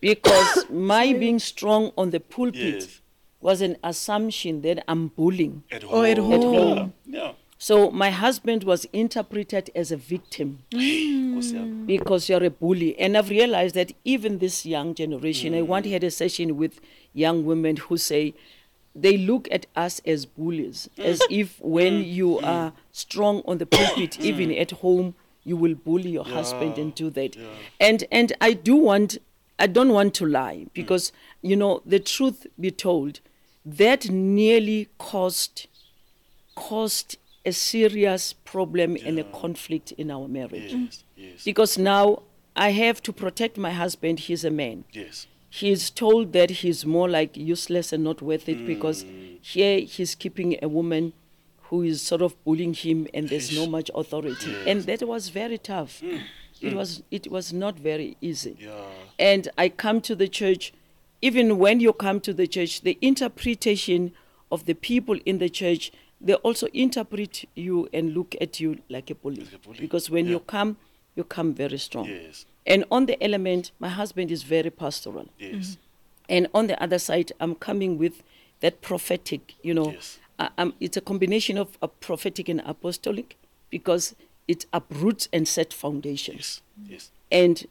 Speaker 3: Because my being strong on the pulpit
Speaker 1: Yes.
Speaker 3: was an assumption that I'm bullying.
Speaker 1: At
Speaker 2: Oh, at home.
Speaker 1: Yeah.
Speaker 3: So my husband was interpreted as a victim Mm.
Speaker 1: yeah. Awesome.
Speaker 3: because you're a bully. And I've realized that even this young generation, I once had a session with young women who say they look at us as bullies, as if when you are strong on the pulpit, even at home, you will bully your husband and do that. And and I do want I don't want to lie because you know the truth be told, that nearly cost caused a serious problem and a conflict in our marriage
Speaker 1: Yes. Yes.
Speaker 3: because now I have to protect my husband. He's a man.
Speaker 1: Yes.
Speaker 3: He is told that he's more like useless and not worth it because here he's keeping a woman who is sort of bullying him and there's no much authority. And that was very tough. It was it was not very easy.
Speaker 1: Yeah.
Speaker 3: And I come to the church, even when you come to the church, the interpretation of the people in the church, they also interpret you and look at you like a bully.
Speaker 1: Like a bully,
Speaker 3: Because when you
Speaker 1: yeah.
Speaker 3: come, you come very strong.
Speaker 1: Yes.
Speaker 3: And on the element, my husband is very pastoral.
Speaker 1: Yes.
Speaker 3: And on the other side, I'm coming with that prophetic, you know,
Speaker 1: Yes.
Speaker 3: uh, um, it's a combination of a prophetic and apostolic because it uproots and set foundations.
Speaker 1: Yes. Yes.
Speaker 3: And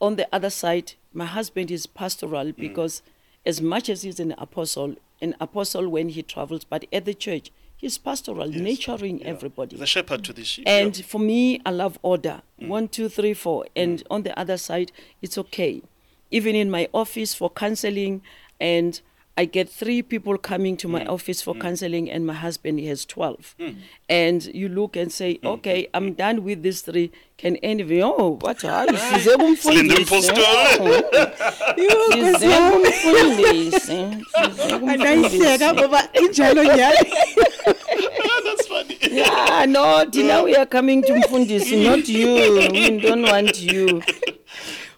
Speaker 3: on the other side, my husband is pastoral
Speaker 1: Mm.
Speaker 3: because, as much as he's an apostle, an apostle when he travels, but at the church, he's pastoral,
Speaker 1: yes.
Speaker 3: nurturing
Speaker 1: Yeah.
Speaker 3: everybody.
Speaker 1: He's a shepherd to the sheep. yeah.
Speaker 3: And for me, I love order. One, two, three, four. And on the other side, it's okay. Even in my office for counseling, and I get three people coming to my office for counseling, and my husband he has 12. And you look and say, okay, I'm done with these three. Can any of you, oh, what are you?
Speaker 1: Slim Dimposto.
Speaker 2: Yo, Nkosi yami. Andayishiyeka ngoba injalo nyhani.
Speaker 1: That's funny.
Speaker 3: Yeah, no, Dina, we are coming to Mfundisi, not you. We don't want you.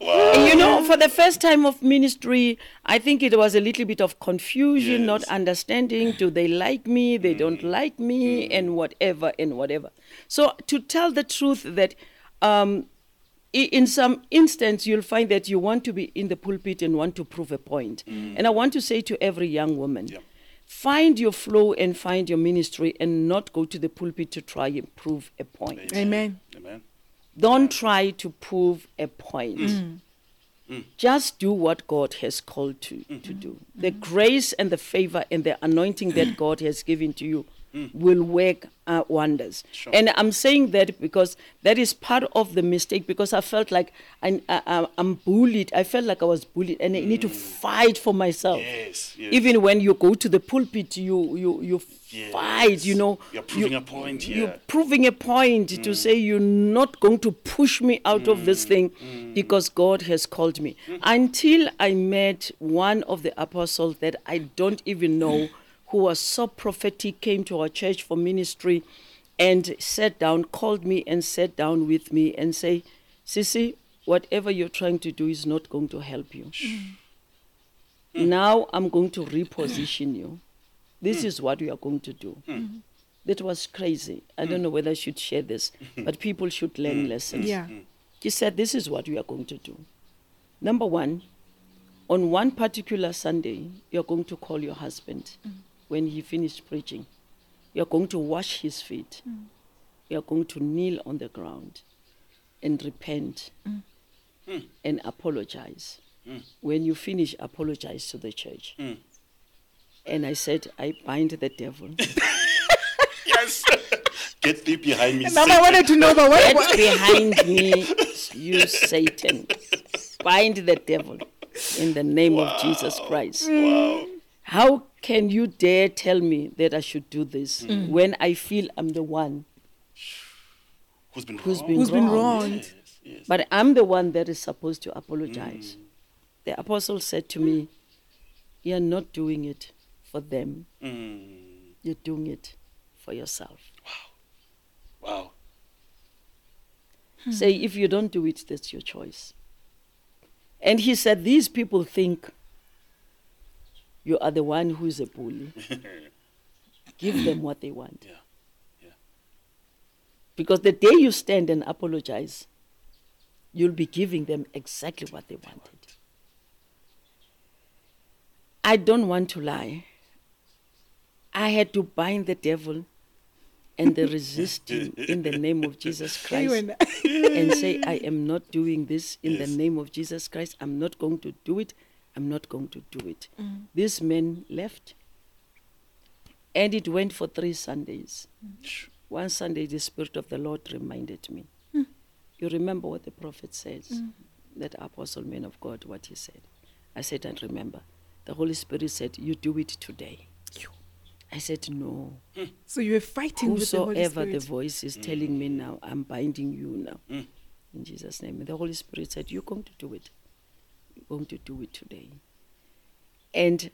Speaker 3: You know, for the first time of ministry, I think it was a little bit of confusion, not
Speaker 1: Yes. Mm.
Speaker 3: understanding. Do they like me? They don't like me, and whatever, and whatever. So, to tell the truth, that um, i- in some instance, you'll find that you want to be in the pulpit and want to prove a point. And I want to say to every young woman,
Speaker 1: Mm. Yeah.
Speaker 3: find your flow and find your ministry, and not go to the pulpit to try and prove a point.
Speaker 2: Amen.
Speaker 1: Amen.
Speaker 3: Don't try to prove a point.
Speaker 1: Mm.
Speaker 3: Just do what God has called to,
Speaker 1: Mm-hmm.
Speaker 3: to do. The grace and the favor and the anointing that
Speaker 1: Mm.
Speaker 3: God has given to you will work uh, wonders.
Speaker 1: Sure.
Speaker 3: And I'm saying that because that is part of the mistake because I felt like I, I, I'm bullied. I felt like I was bullied and I need to fight for myself
Speaker 1: Mm. Yes. yes.
Speaker 3: even when you go to the pulpit you you you fight you
Speaker 1: Yes.
Speaker 3: know
Speaker 1: You're proving a point, yeah. Mm.
Speaker 3: you're proving a point to say you're not going to push me out of this thing
Speaker 1: mm.
Speaker 3: because god has called me until i met one of the apostles that i don't even
Speaker 1: Mm.
Speaker 3: know who was so prophetic came to our church for ministry and sat down called me and sat down with me and say sissy whatever you're trying to do is not going to help you
Speaker 1: Mm.
Speaker 3: now I'm going to reposition you. This is what we are going to do. That was crazy. I don't know whether I should share this, but people should learn lessons.
Speaker 2: Yeah.
Speaker 1: Mm.
Speaker 3: He said, This is what we are going to do. Number one, on one particular Sunday, you're going to call your husband when he finished preaching. You're going to wash his feet. You're going to kneel on the ground and repent and apologize. When you finish, apologize to the church. And I said, I bind the devil.
Speaker 1: Yes. Get thee behind me.
Speaker 2: Now I
Speaker 1: Satan.
Speaker 2: wanted to know the
Speaker 3: Get
Speaker 2: way.
Speaker 3: behind me, you Satan. Bind the devil in the name of Jesus Christ. How can you dare tell me that I should do this when I feel I'm the one?
Speaker 1: Who's been
Speaker 3: Who's
Speaker 1: wronged?
Speaker 3: been
Speaker 2: Who's been
Speaker 3: wronged?
Speaker 2: wronged?
Speaker 1: Yes, yes.
Speaker 3: But I'm the one that is supposed to apologize. The apostle said to me, You're not doing it for them,
Speaker 1: Mm.
Speaker 3: you're doing it for yourself.
Speaker 1: Wow.
Speaker 3: Say, if you don't do it, that's your choice. And he said, These people think you are the one who is a bully. Give them what they want.
Speaker 1: Yeah. Yeah.
Speaker 3: Because the day you stand and apologize, you'll be giving them exactly what they wanted. I don't want to lie. I had to bind the devil and the resisting in the name of Jesus Christ
Speaker 2: Anyway,
Speaker 3: and say, I am not doing this in
Speaker 1: Yes.
Speaker 3: the name of Jesus Christ. I'm not going to do it. I'm not going to do it. This man left. And it went for three Sundays. One Sunday, the Spirit of the Lord reminded me. You remember what the prophet says, that apostle man of God, what he said. I said, and remember, the Holy Spirit said, You do it today. I said, No.
Speaker 2: So you were fighting with the Holy
Speaker 3: Whosoever the,
Speaker 2: Spirit.
Speaker 3: voice is telling me now, I'm binding you now. In Jesus' name. And the Holy Spirit said, You're going to do it. You're going to do it today. And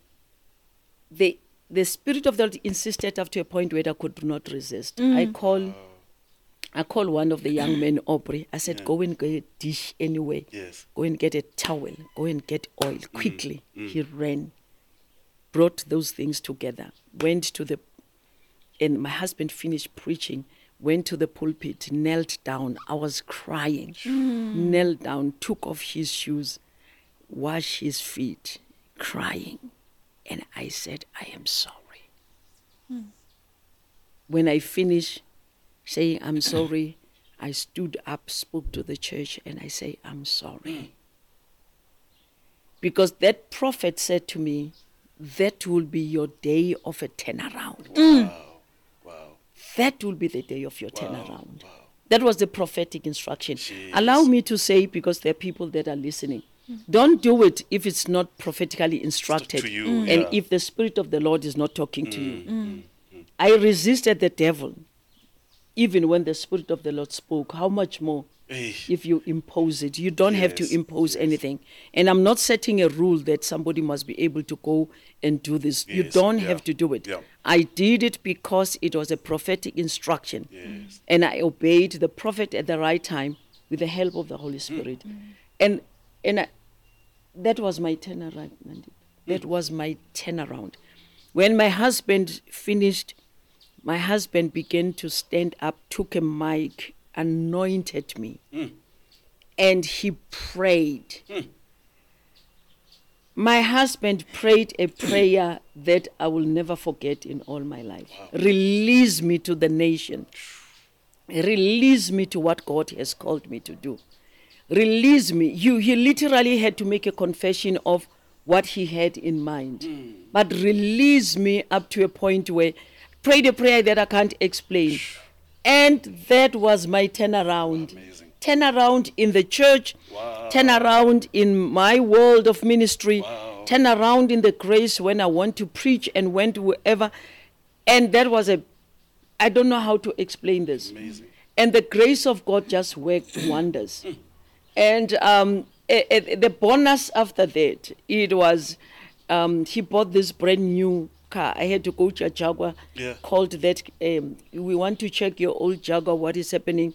Speaker 3: the the Spirit of the Lord insisted up to a point where I could not resist. I
Speaker 2: Mm.
Speaker 3: call I call one of the young men, Aubrey. I said, Go and get a dish anyway.
Speaker 1: Yes.
Speaker 3: Go and get a towel. Go and get oil quickly. He ran, brought those things together, went to the and my husband finished preaching went to the pulpit knelt down i was crying knelt down took off his shoes washed his feet crying and i said i am sorry when I finish saying, I'm sorry, I stood up, spoke to the church, and I say, I'm sorry. Because that prophet said to me, that will be your day of a turnaround.
Speaker 1: Wow. Wow.
Speaker 3: That will be the day of your turnaround.
Speaker 1: Wow.
Speaker 3: That was the prophetic instruction.
Speaker 1: Jeez.
Speaker 3: Allow me to say, because there are people that are listening, don't do it if it's not prophetically instructed
Speaker 1: to you,
Speaker 3: and
Speaker 1: yeah. Mm.
Speaker 3: if the Spirit of the Lord is not talking to you. I resisted the devil even when the Spirit of the Lord spoke. How much more?
Speaker 1: Eh.
Speaker 3: if you impose it. You don't have
Speaker 1: Yes,
Speaker 3: to impose anything. And I'm not setting a rule that somebody must be able to go and do this. you
Speaker 1: Yes,
Speaker 3: don't
Speaker 1: yeah,
Speaker 3: have to do it.
Speaker 1: yeah.
Speaker 3: I did it because it was a prophetic instruction.
Speaker 1: Yes.
Speaker 3: And I obeyed the prophet at the right time with the help of the Holy Spirit. And and I, that was my turnaround. Nandi. That was my turnaround. When my husband finished, my husband began to stand up, took a mic, anointed me, and he prayed. My husband prayed a prayer that I will never forget in all my life. Release me to the nation. Release me to what God has called me to do. Release me. You, he literally had to make a confession of what he had in mind.
Speaker 1: Hmm.
Speaker 3: But release me up to a point where prayed a prayer that I can't explain. And that was my turnaround.
Speaker 1: Amazing.
Speaker 3: Turnaround in the church,
Speaker 1: Wow.
Speaker 3: turnaround in my world of ministry,
Speaker 1: Wow.
Speaker 3: turn around in the grace when I want to preach and when to wherever. And that was a, I don't know how to explain this.
Speaker 1: Amazing.
Speaker 3: And the grace of God just worked wonders. and um, a- a- the bonus after that, it was, um, he bought this brand new car. I had to go to a Jaguar,
Speaker 1: Yeah.
Speaker 3: called that, um, we want to check your old Jaguar, what is happening.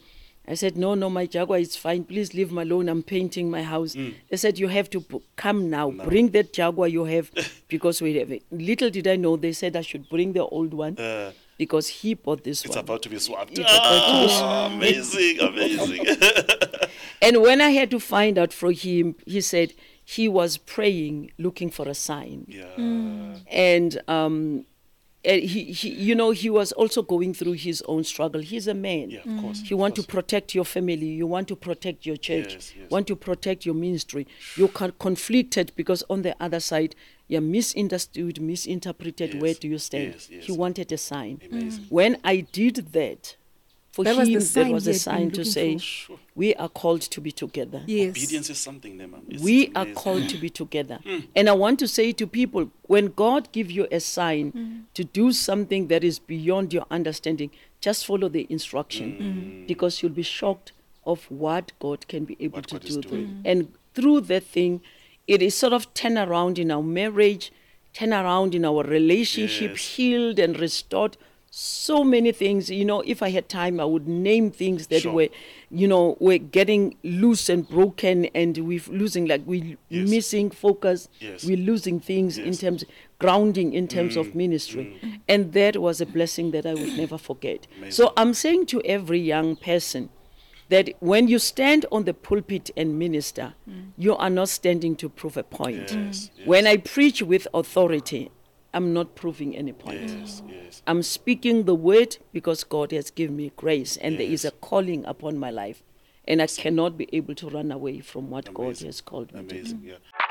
Speaker 3: I said, no, no, my Jaguar is fine. Please leave me alone. I'm painting my house.
Speaker 1: Mm.
Speaker 3: They said, you have to p- come now. Bring that Jaguar you have because we have it. Little did I know, they said I should bring the old one
Speaker 1: Uh,
Speaker 3: because he bought this
Speaker 1: it's
Speaker 3: one.
Speaker 1: about to be swapped.
Speaker 3: It's
Speaker 1: Ah, amazing. Amazing.
Speaker 3: And when I had to find out from him, he said he was praying, looking for a sign.
Speaker 1: yeah.
Speaker 3: And um, and he, he, you know, he was also going through his own struggle. He's a man.
Speaker 1: Yeah, of course.
Speaker 3: You want to protect your family. You want to protect your church.
Speaker 1: Yes, yes.
Speaker 3: Want to protect your ministry. You are conflicted because on the other side, you're misunderstood, misinterpreted. Where
Speaker 1: Yes,
Speaker 3: do you stand?
Speaker 1: yes, yes.
Speaker 3: He wanted a sign.
Speaker 1: Amazing.
Speaker 3: When I did that,
Speaker 2: Mm.
Speaker 3: for
Speaker 2: That
Speaker 3: him,
Speaker 2: was the
Speaker 3: that
Speaker 2: sign
Speaker 3: was
Speaker 2: he had
Speaker 3: a
Speaker 2: been
Speaker 3: sign to
Speaker 2: looking
Speaker 3: say,
Speaker 2: for.
Speaker 1: Sure.
Speaker 3: we are called to be together
Speaker 2: Yes.
Speaker 1: Obedience is something, there, ma'am. It's
Speaker 3: we are
Speaker 1: amazing. Mm.
Speaker 3: called to be together and i want to say to people when god give you a sign to do something that is beyond your understanding just follow the instruction because you'll be shocked of what god can be
Speaker 1: Mm.
Speaker 3: able
Speaker 1: What
Speaker 3: to
Speaker 1: God is
Speaker 3: do through.
Speaker 1: doing.
Speaker 3: and through that thing it is sort of turn around in our marriage turn around in our relationship
Speaker 1: Yes.
Speaker 3: healed and restored so many things you know if i had time i would name things that
Speaker 1: Sure.
Speaker 3: were you know we're getting loose and broken and we're losing like we
Speaker 1: Yes.
Speaker 3: missing focus
Speaker 1: Yes.
Speaker 3: we're losing things in
Speaker 1: Yes. Mm.
Speaker 3: terms grounding in terms of ministry and that was a blessing that i would never forget so i'm saying to every young person that when you stand on the pulpit and minister you are not standing to prove a point
Speaker 1: Yes,
Speaker 3: when i preach with authority i'm not proving any point
Speaker 1: Yes, yes.
Speaker 3: I'm speaking the word because God has given me grace and there is a calling upon my life. And I cannot be able to run away from what God
Speaker 1: Amazing.
Speaker 3: has called me to.
Speaker 1: Amazing, yeah.